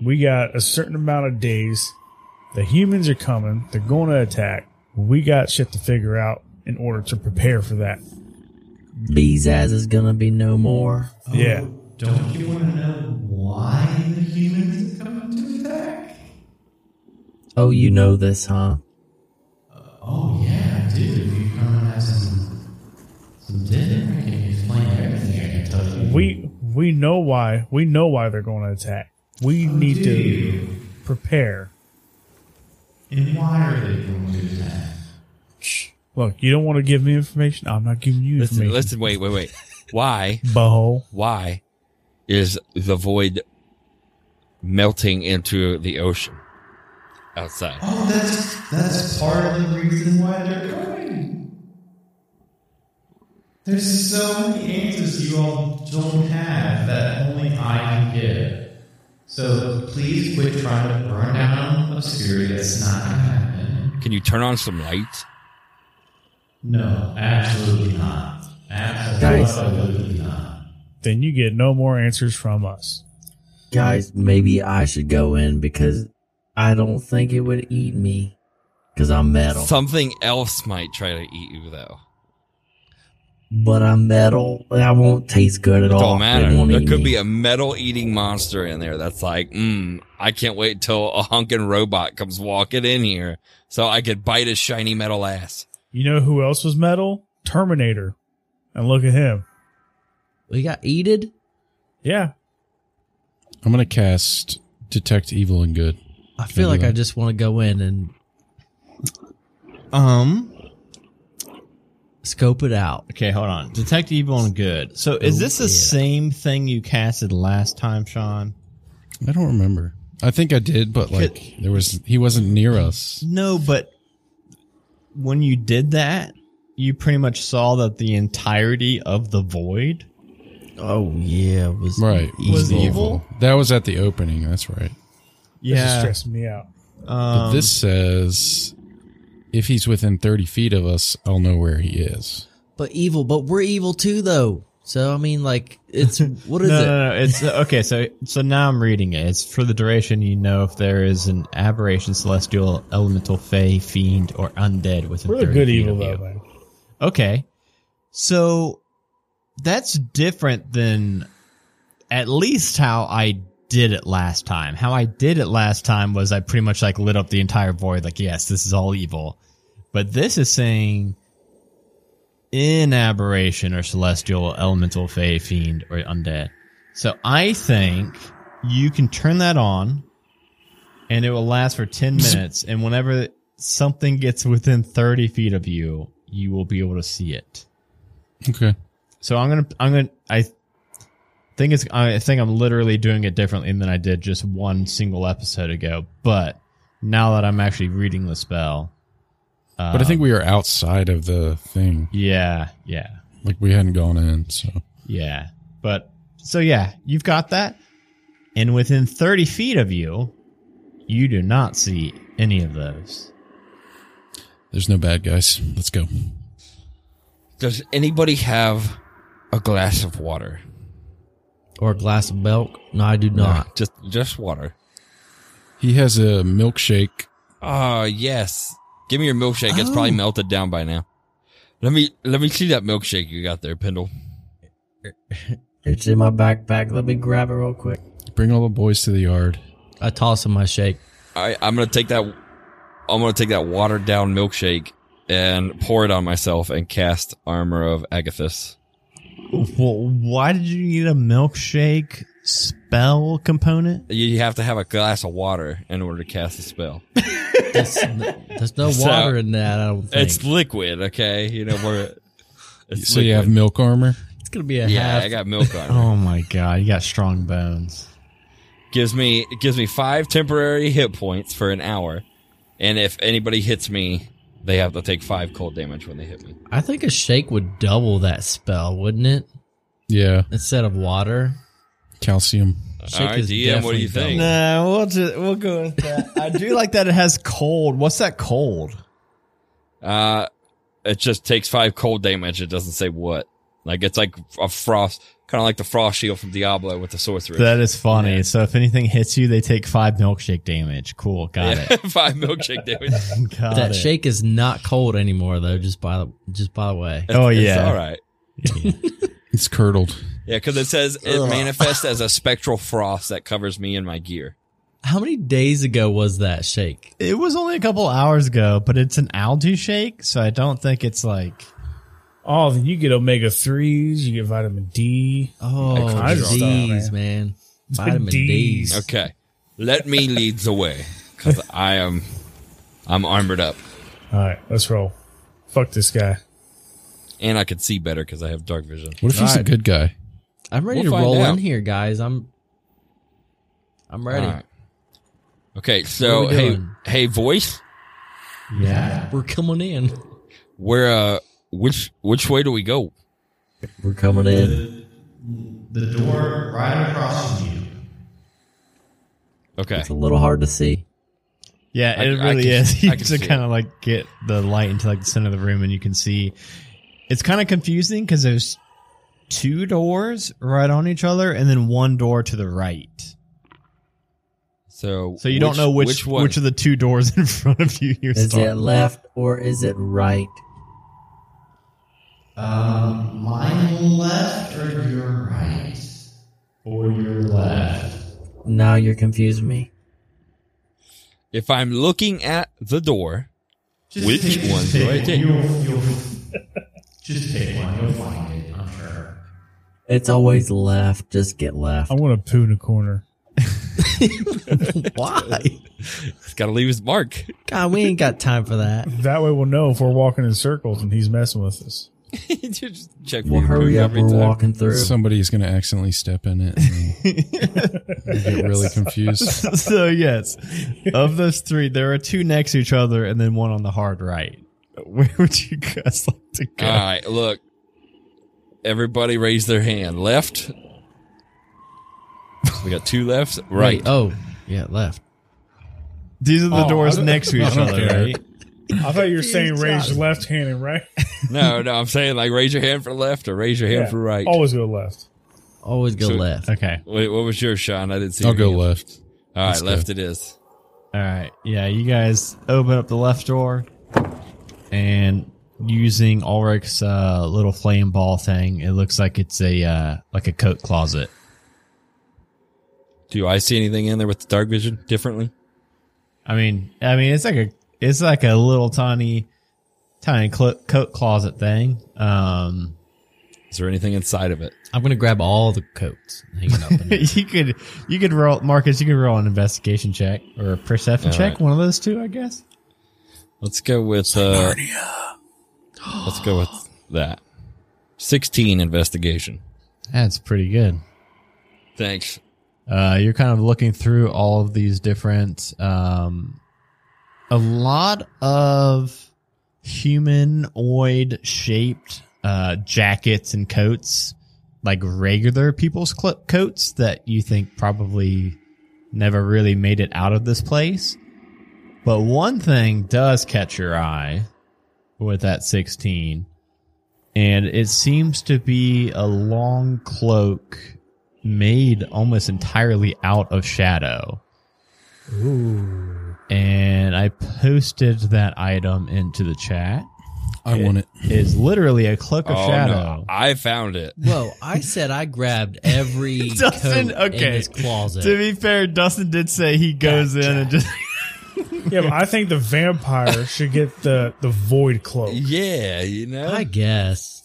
C: We got a certain amount of days. The humans are coming. They're going to attack. We got shit to figure out in order to prepare for that.
E: Bees as is gonna be no more.
C: Yeah.
J: Don't you want to know why the humans have come to attack?
E: Oh, you know this, huh?
J: Oh yeah, I do. You come and have some some dinner. I can explain everything. I can tell you.
C: We we know why. We know why they're going to attack. We need
J: do
C: to
J: you?
C: prepare.
J: And why are they going to attack?
C: Look, you don't want to give me information. I'm not giving you
B: Listen,
C: information.
B: listen, wait, wait, wait. Why,
C: Boho.
B: why is the void melting into the ocean outside?
J: Oh, that's that's part of the reason why they're coming. There's so many answers you all don't have that only I can give. So please quit trying to burn down obscurity. That's not gonna happen.
B: Can you turn on some lights?
J: No, absolutely not.
E: Guys.
J: Absolutely not.
C: Then you get no more answers from us.
E: Guys, maybe I should go in because I don't think it would eat me. Because I'm metal.
B: Something else might try to eat you, though.
E: but I'm metal. and I won't taste good at
B: It
F: Oh,
E: all.
B: don't matter.
E: It won't
B: There
E: eat
B: could
E: me.
B: be a metal eating monster in there that's like, mm, I can't wait till a hunkin' robot comes walking in here so I could bite his shiny metal ass.
C: You know who else was metal? Terminator. And look at him.
F: We got eated.
C: Yeah.
D: I'm gonna cast detect evil and good.
F: I feel like I just want to go in and
A: um
F: scope it out.
A: Okay, hold on. Detect evil and good. So is
F: Oh,
A: this the
F: yeah.
A: same thing you casted last time, Sean?
D: I don't remember. I think I did, but like there was he wasn't near us.
A: No, but when you did that, you pretty much saw that the entirety of the void.
F: Oh yeah, it was
D: Right.
A: Was evil?
D: That was at the opening, that's right.
C: This is stressing me out.
A: Um,
D: But this says if he's within thirty feet of us, I'll know where he is.
F: But evil, but we're evil too though. So I mean like it's what is
A: no,
F: it?
A: no, no. It's uh, okay. So, so now I'm reading it. It's for the duration. You know, if there is an aberration, celestial, elemental, fey, fiend, or undead within
C: We're the
A: 30
C: good
A: feet
C: evil
A: of you.
C: though, man.
A: Okay. So that's different than at least how I did it last time. How I did it last time was I pretty much like lit up the entire void like yes, this is all evil. But this is saying in aberration or celestial, elemental, fey, fiend or undead. So I think you can turn that on and it will last for 10 minutes. And whenever something gets within 30 feet of you, you will be able to see it.
D: Okay.
A: So I'm going to, I'm going to, I think it's, I think I'm literally doing it differently than I did just one single episode ago. But now that I'm actually reading the spell, uh,
D: But I think we are outside of the thing.
A: Yeah, yeah,
D: Like we hadn't gone in, so
A: yeah. But so yeah, you've got that, and within thirty feet of you, you do not see any of those.
D: there's no bad guys. Let's go.
B: Does anybody have a glass of water?
F: Or a glass of milk? No, I do not.
B: Just just water.
D: He has a milkshake.
B: Ah, yes. Give me your milkshake. It's probably
D: Oh.
B: melted down by now. Let me let me see that milkshake you got there, Pendle.
E: It's in my backpack. Let me grab it real quick.
D: Bring all the boys to the yard.
F: I toss him my shake.
B: I I'm gonna take that. I'm gonna take that watered down milkshake and pour it on myself and cast armor of Agathis.
A: Well, why did you need a milkshake spell component?
B: You you have to have a glass of water in order to cast the spell.
F: That's, there's no
B: So-
F: water in that, I don't think.
B: It's
F: It's,
B: liquid, okay? You know where. It's
D: So you have
B: liquid.
D: milk armor.
F: going to be a
B: yeah.
F: half.
B: I got milk on. it.
A: Oh my god, you got strong bones.
B: gives me it gives me five temporary hit points for an hour, and if anybody hits me, they have to take five cold damage when they hit me.
F: I think a shake would double that spell, wouldn't it?
D: Yeah,
F: Instead of water.
D: calcium.
F: Shake
B: All right,
F: is
B: DM, what do you
F: definitely
B: think?
A: No, we'll just, we'll go with that. I do like that it has cold. What's that cold?
B: Uh, it just takes five cold damage. It doesn't say what. Like it's like a frost, kind of like the frost shield from Diablo with the sorcerer.
A: That is funny. So if anything hits you, they take five milkshake damage. Cool, got it.
B: five milkshake damage.
A: Got
F: That
A: it.
F: shake is not cold anymore, though. Just by the just by the way,
A: Oh
B: It's
A: yeah.
B: all right.
D: It's curdled.
B: Yeah, because it says it manifests as a spectral frost that covers me and my gear.
F: how many days ago was that shake?
A: It was only a couple hours ago, but it's an algae shake, so I don't think it's like
C: Oh, then you get omega threes. You get vitamin D.
F: Oh,
C: Extra stuff,
F: D's, man. Vitamin
C: D's.
F: D's.
B: Okay, let me lead the way because I am, I'm armored up.
C: All right, let's roll. Fuck this guy.
B: and I could see better because I have dark vision.
D: What if he's a
F: Right.
D: good guy?
F: I'm ready
B: We'll
F: to
B: find
F: roll
B: out.
F: in here, guys. I'm I'm ready.
B: All right. Okay, so
F: What are we
B: hey,
F: doing?
B: hey, voice,
F: We're coming in.
B: where, uh, which which way do we go?
E: We're coming in.
J: The door right across from you.
B: Okay,
E: It's a little hard to see.
A: Yeah,
B: I-
A: it
B: I
A: really
B: can-
A: is.
B: I
A: You
B: can see
A: just
B: it.
A: kind of like get the light into like the center of the room and you can see it's kind of confusing because there's two doors right on each other and then one door to the right.
B: so
A: So you don't know which which,
B: one.
A: of the two doors in front of you you're
E: Is it
A: starting.
E: left or is it right?
J: Um, mine left or your right? Or your left?
E: Now you're confusing me.
B: if I'm looking at the door, which
J: take-
B: one
J: just
B: do I
J: take
B: take?
J: You'll, you'll, just take one. You'll find it. I'm sure.
E: It's always left. Just get left.
C: I want to poo in a corner.
F: Why?
B: It's got to leave his mark.
F: God, we ain't got time for that.
C: That way we'll know if we're walking in circles and he's messing with us.
B: You just Check
E: Well,
B: your
E: hurry
B: poop
E: up.
B: every
E: We're
B: time.
E: walking through.
D: Somebody's going to accidentally step in it and get really confused.
A: so yes, of those three, there are two next to each other and then one on the hard right. Where would you guys like to go?
B: All
D: Uh,
B: right, look, everybody raise their hand. Left. We got two lefts. Right.
F: Wait, oh, yeah, left.
A: These are the
D: Oh, I
A: doors
D: don't-
A: next to
D: I
A: each
D: don't
A: other,
D: care.
A: right?
C: I thought you were saying raise your left hand and right.
B: No, no, I'm saying like raise your hand for left or raise your hand
C: Yeah.
B: for right.
C: Always go left.
F: Always go
B: So-
F: left.
A: Okay.
B: Wait, what was yours, Sean? I didn't see.
D: I'll
B: your
D: go
B: hand.
D: left.
B: All right,
D: Let's go.
B: left it is.
A: All right. Yeah, you guys open up the left door and using Ulrich's uh, little flame ball thing, it looks like it's a uh, like a coat closet.
B: Do I see anything in there with the dark vision differently?
A: I mean, I mean, it's like a it's like a little tiny tiny clo coat closet thing. Um
B: Is there anything inside of it?
F: I'm gonna grab all the coats hanging up. In
A: you could you could roll Marcus, you could roll an investigation check or a perception
B: All
A: check,
B: right.
A: one of those two, I guess.
B: Let's go with uh, let's go with that. Sixteen investigation.
A: That's pretty good.
B: Thanks.
A: Uh, you're kind of looking through all of these different, um, a lot of humanoid shaped uh, jackets and coats, like regular people's cl- coats that you think probably never really made it out of this place. But one thing does catch your eye with that 16, and it seems to be a long cloak made almost entirely out of shadow. Ooh. And I posted that item into the chat.
D: I want it.
A: It's literally a cloak of
B: Oh,
A: shadow.
B: no. I found it.
F: Whoa, I said I grabbed every
A: Dustin,
F: coat in
A: okay.
F: his closet.
A: To be fair, Dustin did say he goes in and just
C: Yeah, but I think the vampire should get the the void cloak.
B: Yeah, you know.
F: I
B: I,
F: guess.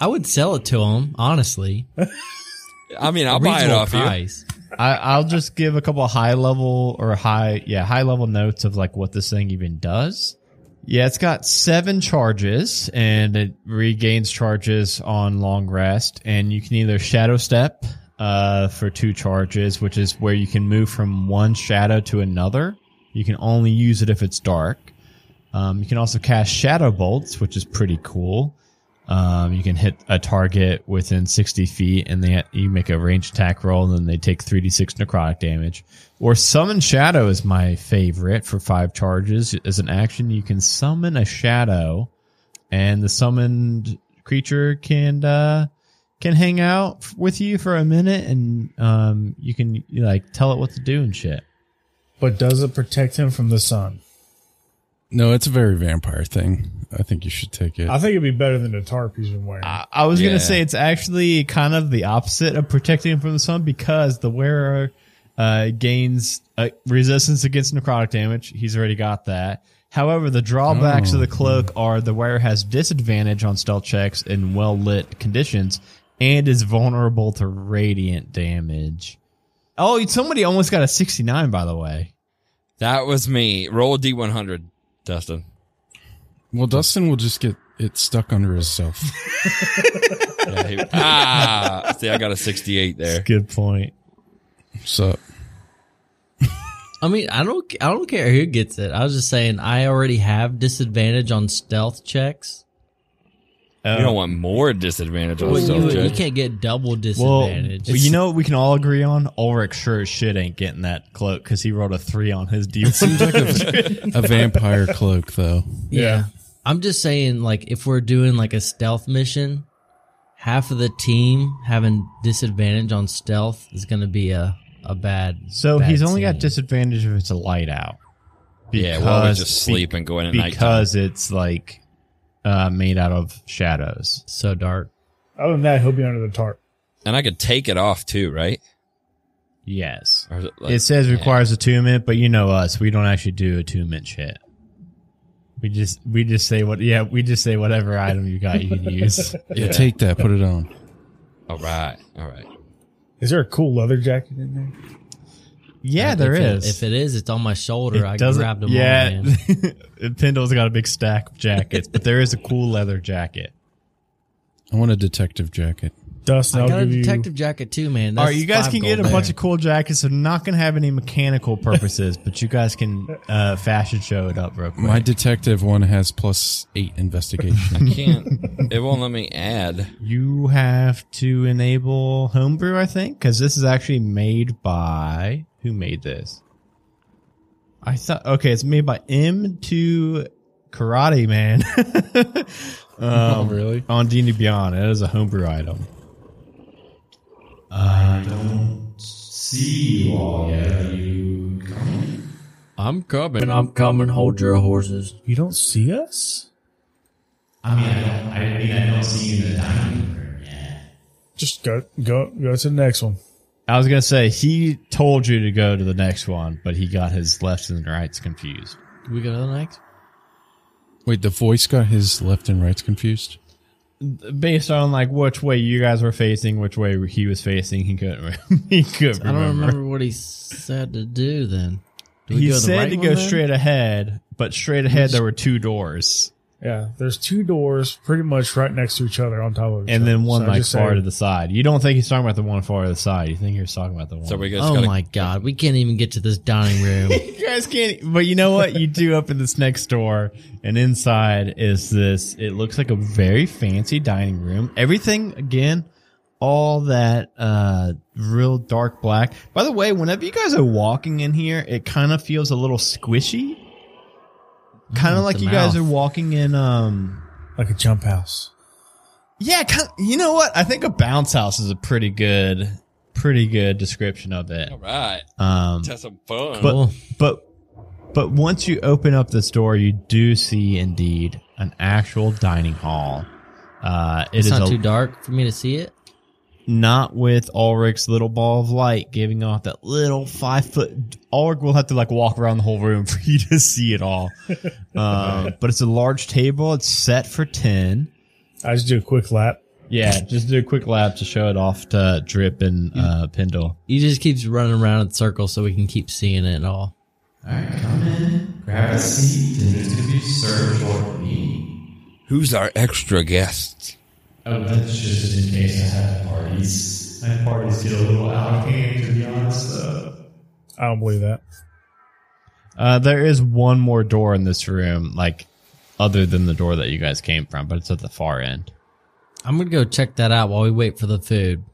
F: I would sell it to him, honestly.
B: mean, I'll buy it
F: Reasonable
B: off you.
F: price.
A: I, I'll just give a couple of high level or high, yeah, high level notes of like what this thing even does. Yeah, it's got seven charges and it regains charges on long rest. And you can either shadow step uh, for two charges, which is where you can move from one shadow to another. You can only use it if it's dark. Um, you can also cast shadow bolts, which is pretty cool. Um, you can hit a target within 60 feet, and they you make a range attack roll, and then they take 3d6 necrotic damage. Or summon shadow is my favorite for five charges. As an action, you can summon a shadow, and the summoned creature can uh, can hang out f- with you for a minute, and um, you can you, like tell it what to do and shit.
C: But does it protect him from the sun?
D: No, it's a very vampire thing. I think you should take it.
C: I think it'd be better than the tarp he's been wearing.
A: I, I was
B: Yeah.
A: gonna say it's actually kind of the opposite of protecting him from the sun because the wearer uh, gains uh, resistance against necrotic damage. He's already got that. However, the drawbacks of the cloak are the wearer has disadvantage on stealth checks in well lit conditions and is vulnerable to radiant damage. Oh, somebody almost got a sixty nine, by the way.
B: That was me. Roll a D100, Dustin.
D: well, Dustin will just get it stuck under himself.
B: Yeah, he- ah, see, I got a 68 there.
A: Good point.
D: so
F: I mean, I don't, I don't care who gets it. I was just saying, I already have disadvantage on stealth checks.
B: You don't want more disadvantage on
F: Oh. Well,
B: Oh, stealth
F: you, you
B: check.
F: can't get double
A: Well,
F: disadvantage.
A: well, you know what we can all agree on? Ulrich sure as shit ain't getting that cloak because he rolled a three on his D.
D: a vampire cloak, though.
F: yeah. I'm just saying, like, if we're doing like a stealth mission, half of the team having disadvantage on stealth is going to be a a bad.
A: so
F: bad
A: he's only got
F: scene.
A: disadvantage if it's a light out.
B: Yeah, while we
A: Because-
B: just sleep and go in at night.
A: because it's like uh, made out of shadows.
F: so dark.
C: Other than that, he'll be under the tarp.
B: And I could take it off too, right?
A: Yes,
B: Or is it like-
A: it says requires attunement, but you know us, we don't actually do attunement shit. We just we just say what yeah we just say whatever item you got you can use.
D: Yeah, take that, put it on.
B: All right, all right.
C: Is there a cool leather jacket in there?
A: yeah,
F: If
A: there
F: it-
A: is.
F: If it is, it's on my shoulder. I grabbed them all.
A: yeah,
F: man.
A: Pendle's got a big stack of jackets, but there is a cool leather jacket.
D: I want a detective jacket.
C: Dustin,
F: I
C: I'll
F: got a
C: give
F: detective jacket too, man.
A: All
F: That's
A: right, you guys
F: five
A: can get a
F: gold
A: bunch
F: there.
A: of cool jackets. I'm not going to have any mechanical purposes, but you guys can uh, fashion show it up real quick.
D: My detective one has plus eight investigation.
B: I can't. it won't let me add.
A: you have to enable homebrew, I think, because this is actually made by who made this? I thought okay, it's made by M2 Karate Man.
D: oh, really?
A: on D and D Beyond. It is a homebrew item.
J: See you all. Yeah, you coming?
F: I'm coming.
E: When I'm coming, hold your horses.
C: you. You don't see us?
J: I mean, I don't. I mean, I don't see you in the dining room. Yeah.
C: Just go go go to the next one.
A: I was gonna say he told you to go to the next one, but he got his lefts and rights confused.
F: Do we go to the next?
D: Wait, the voice got his left and rights confused.
A: Based on like which way you guys were facing, which way he was facing, he couldn't. Re- he couldn't
F: I
A: remember.
F: don't remember what he said to do then. Do we
A: He
F: go the
A: said
F: right
A: to
F: one
A: go
F: then?
A: straight ahead, but straight ahead there were two doors.
C: Yeah, there's two doors pretty much right next to each other on top of each
A: and
C: other.
A: then one
C: So I
A: like
C: just
A: far
C: say-
A: to the side. You don't think he's talking about the one far to the side. You think he's talking about the one.
B: So we just
F: Oh
B: gotta,
F: my god, we can't even get to this dining room.
A: you guys can't. But you know what? You do up in this next door, and inside is this. It looks like a very fancy dining room. Everything again, all that uh real dark black. By the way, whenever you guys are walking in here, it kind of feels a little squishy. Kind of
F: with
A: like
F: Mm, the
A: you guys are
F: mouth.
A: walking in. um
C: like a jump house.
A: Yeah, kind you know what? I think a bounce house is a pretty good, pretty good description of it.
B: all right,
A: Um,
B: that's some fun.
A: but
F: Cool.
A: but but once you open up this door, you do see indeed an actual dining hall. Uh, it
F: it's
A: is
F: not
A: a-
F: too dark for me to see it.
A: not with Ulrich's little ball of light giving off that little five foot. Ulrich will have to like walk around the whole room for you to see it all. um, but it's a large table. It's set for ten.
C: I just do a quick lap.
A: Yeah, just do a quick lap to show it off to Drip and uh, Pendle.
F: He just keeps running around in circles so we can keep seeing it all.
J: Grab a seat, and it's going to be served shortly.
B: Who's our extra guest?
J: Oh, that's just in case I have parties. My parties get a little out of hand, to be honest, though.
C: I don't believe that.
A: Uh, there is one more door in this room, like other than the door that you guys came from, but it's at the far end.
F: I'm gonna go check that out while we wait for the food.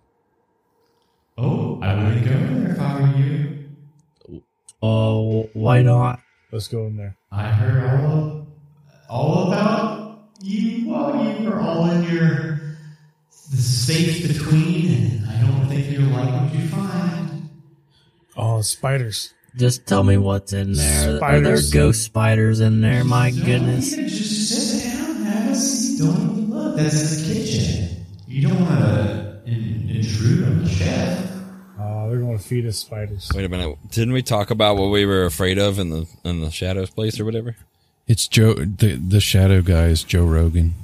J: Oh, I wouldn't go in there if I were you.
E: Oh, why not?
C: Let's go in there.
J: I heard all all about you while you were all in your the space between, and I don't think you'll like what you find.
C: Oh, spiders.
E: Just tell me what's in there. Are there
C: Spiders.
E: ghost spiders in there? My goodness.
J: You can just sit down, have a seat. Don't even look. That's the kitchen. You don't want to in, intrude on the chef.
C: Oh, they're going to feed us spiders.
B: Wait a minute, didn't we talk about what we were afraid of in the in the shadows place or whatever?
D: It's Joe. The the shadow guy is Joe Rogan.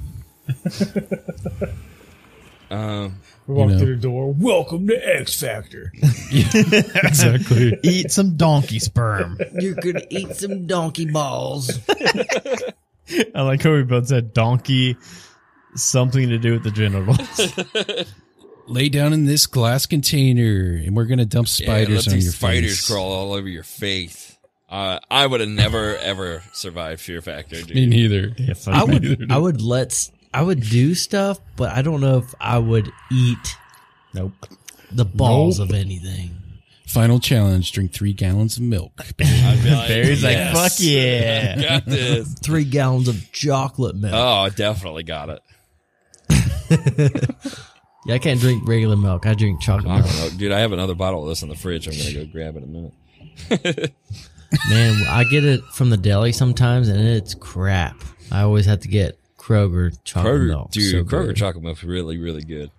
B: Um,
C: We walk
D: You know.
C: through the door. Welcome to X Factor.
D: Exactly.
A: Eat some donkey sperm.
F: You could eat some donkey balls.
A: I like how we both said donkey, something to do with the genitals.
D: Lay down in this glass container, and we're gonna dump
B: yeah, let
D: spiders on
B: these
D: your
B: spiders
D: face.
B: crawl all over your face. Uh, I would have never ever survived Fear Factor, dude.
D: Me neither.
F: I would I would let s- I would do stuff, but I don't know if I would eat
A: Nope.
F: the balls of anything.
D: Final challenge: drink three gallons of milk.
B: I'd be like,
A: Barry's
B: "Yes,
A: like, fuck yeah.
B: got this.
F: Three gallons of chocolate milk.
B: Oh, I definitely got it.
F: yeah, I can't drink regular milk. I drink chocolate
B: I
F: milk.
B: don't know. Dude, I have another bottle of this in the fridge. I'm gonna go grab it in a minute.
F: Man, I get it from the deli sometimes, and it's crap. I always have to get Kroger chocolate
B: Kroger,
F: milk.
B: dude,
F: Oh, So
B: Kroger
F: good.
B: chocolate milk's really, really good.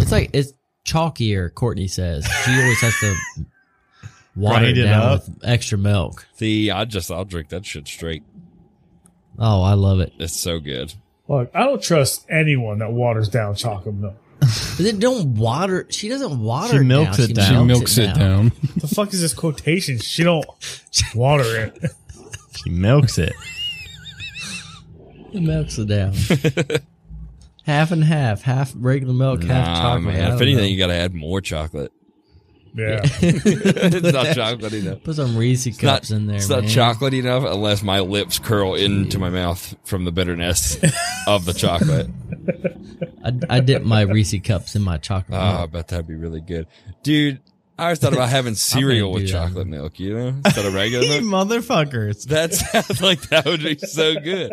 F: It's like it's chalkier. Courtney says she always has to water
A: Grind
F: it
A: it
F: down
A: up.
F: with extra milk.
B: See, I just I'll drink that shit straight.
F: Oh, I love it.
B: It's so good.
C: Look, I don't trust anyone that waters down chocolate milk.
F: But then don't water. She doesn't water.
A: She
F: it
A: milks
F: down.
A: it down.
D: She milks it down.
C: The fuck is this quotation? She don't water it.
A: She milks it.
F: She milks it down. half and half. Half regular milk, half
B: Nah,
F: chocolate.
B: man.
F: I
B: Um, If
F: don't
B: anything,
F: know.
B: you gotta add more chocolate.
C: Yeah.
B: it's not chocolate enough.
F: put some Reese cups in there.
B: it's
F: man.
B: not chocolate enough unless my lips curl into my mouth from the bitterness of the chocolate.
F: I, I dip my Reese cups in my chocolate.
B: Oh, I
F: milk.
B: bet that'd be really good. Dude, I always thought about having cereal with
F: do that.
B: chocolate milk, you know, instead of regular
A: You
B: milk.
A: motherfuckers.
B: That sounds like that would be so good.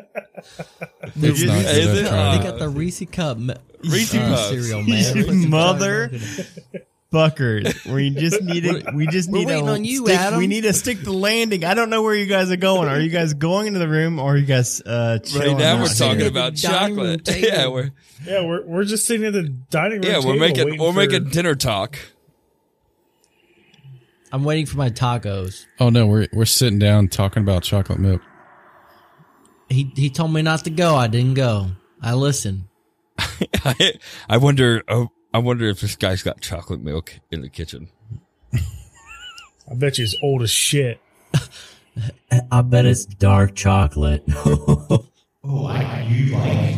D: It's
A: you-
D: not
A: is
B: it-
D: good. I've
B: uh,
D: tried
F: they got the Reese cup mi-
B: Reese's
F: uh,
B: Puffs.
F: cereal,
A: You
F: man. What the
A: mother-
F: fuck is it?
A: Fuckers. We just need a, we just
F: We're
A: need
F: waiting
A: a
F: on you,
A: stick,
F: Adam.
A: we need to stick the landing. I don't know where you guys are going. Are you guys going into the room or are you guys uh
B: Right
A: chilling
B: now
A: out
B: we're
A: here?
B: talking
F: here.
B: about
F: Dining room
B: chocolate.
F: table.
B: Yeah, we're
C: Yeah, we're, we're just sitting at the dining room.
B: yeah we're
C: table
B: making
C: waiting
B: we're
C: for-
B: making dinner talk.
F: I'm waiting for my tacos.
D: Oh no, we're we're sitting down talking about chocolate milk.
F: He he told me not to go. I didn't go. I listened.
B: I, I wonder. Oh, I wonder if this guy's got chocolate milk in the kitchen.
C: I bet you it's old as shit.
E: I bet it's dark chocolate.
J: Oh, I you like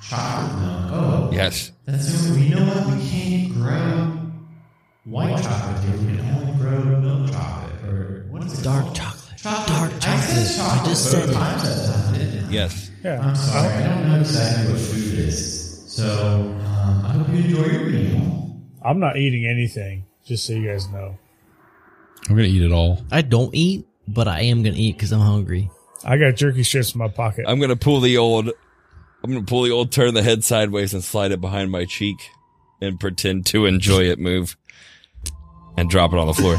J: chocolate milk? Oh,
B: Yes.
J: that's so. You know what? We can't grow white chocolate here. We can only grow milk chocolate or what is it?
F: Dark
J: called?
F: chocolate.
J: Chocolate. I said chocolate.
F: just
J: both
F: said it.
J: times that time, didn't I?
B: Yes.
C: Yeah.
J: I'm sorry, Uh, I don't know exactly what food is. So um, I hope you enjoy your meal.
C: I'm not eating anything, just so you guys know.
D: I'm gonna eat it all.
F: I don't eat, but I am gonna eat because I'm hungry.
C: I got jerky strips in my pocket.
B: I'm gonna pull the old. I'm gonna pull the old turn the head sideways and slide it behind my cheek, and pretend to enjoy it move, and drop it on the floor.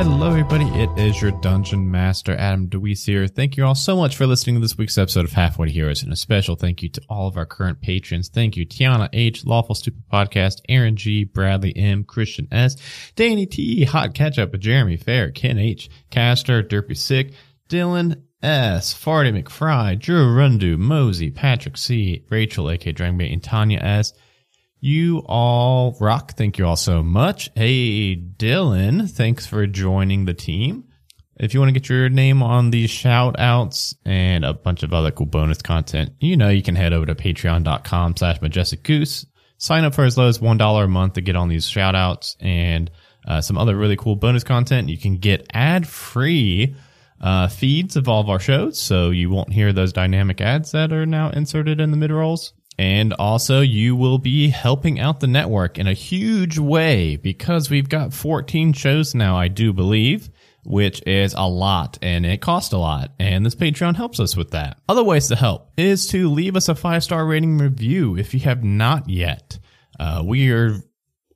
A: Hello, everybody. It is your Dungeon Master, Adam DeWeese here. Thank you all so much for listening to this week's episode of Halfway to Heroes, and a special thank you to all of our current patrons. Thank you, Tiana H, Lawful Stupid Podcast, Aaron G, Bradley M, Christian S, Danny T, Hot Ketchup, Jeremy Fair, Ken H, Caster, Derpy Sick, Dylan S, Farty McFry, Drew Rundu, Mosey, Patrick C, Rachel, aka Dragonbait, and Tanya S. You all rock. Thank you all so much. Hey, Dylan, thanks for joining the team. If you want to get your name on these shout outs and a bunch of other cool bonus content, you know, you can head over to patreon.com slash majestic goose. Sign up for as low as $1 a month to get on these shout outs and uh, some other really cool bonus content. You can get ad free uh, feeds of all of our shows, so you won't hear those dynamic ads that are now inserted in the mid rolls. And also, you will be helping out the network in a huge way because we've got 14 shows now, I do believe, which is a lot and it costs a lot. And this Patreon helps us with that. Other ways to help is to leave us a five star rating review if you have not yet. Uh, we are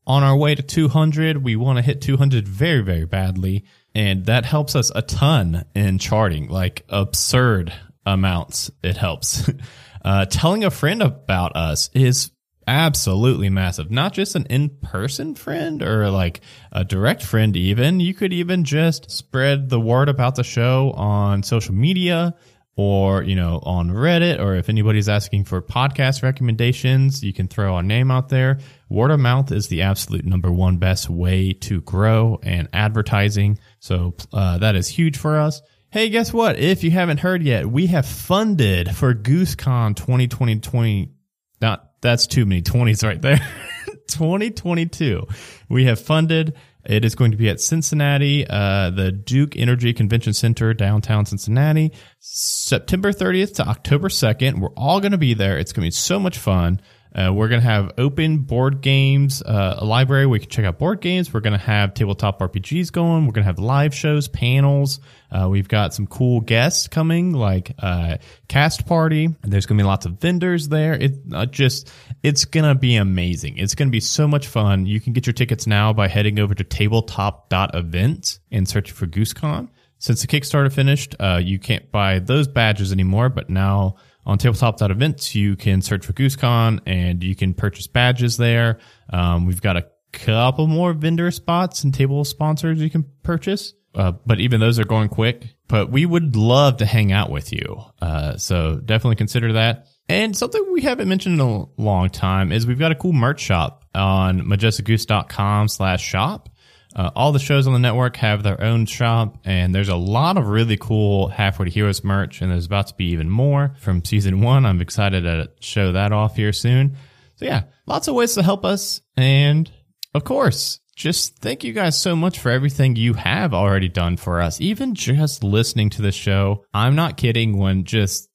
A: on our way to 200. We want to hit 200 very, very badly. And that helps us a ton in charting, like absurd amounts. It helps. uh, telling a friend about us is absolutely massive. Not just an in person friend or like a direct friend, even. You could even just spread the word about the show on social media or you know on reddit or if anybody's asking for podcast recommendations you can throw our name out there word of mouth is the absolute number one best way to grow and advertising so uh, that is huge for us hey guess what if you haven't heard yet we have funded for goosecon 2020 not that's too many 20s right there 2022 we have funded it is going to be at cincinnati uh, the duke energy convention center downtown cincinnati september 30th to october 2nd we're all going to be there it's going to be so much fun uh, we're going to have open board games uh, a library where you can check out board games we're going to have tabletop rpgs going we're going to have live shows panels uh, we've got some cool guests coming like uh, cast party and there's going to be lots of vendors there it uh, just it's going to be amazing it's going to be so much fun you can get your tickets now by heading over to tabletop.event and searching for goosecon since the Kickstarter finished, uh, you can't buy those badges anymore, but now on tabletop.events, you can search for GooseCon and you can purchase badges there. Um, we've got a couple more vendor spots and table sponsors you can purchase, uh, but even those are going quick. But we would love to hang out with you. Uh, so definitely consider that. And something we haven't mentioned in a long time is we've got a cool merch shop on majesticgoose.com slash shop. Uh, all the shows on the network have their own shop, and there's a lot of really cool Halfway to Heroes merch, and there's about to be even more from season one. I'm excited to show that off here soon. So, yeah, lots of ways to help us. And of course, just thank you guys so much for everything you have already done for us, even just listening to the show. I'm not kidding when just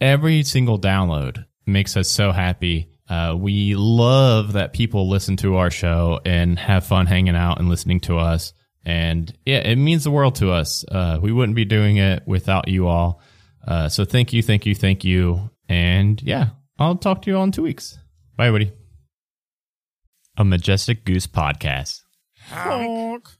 A: every single download makes us so happy. Uh, we love that people listen to our show and have fun hanging out and listening to us. And yeah, it means the world to us. Uh, we wouldn't be doing it without you all. Uh, so thank you, thank you, thank you. And yeah, I'll talk to you all in two weeks. Bye, everybody. A Majestic Goose Podcast.
C: Honk.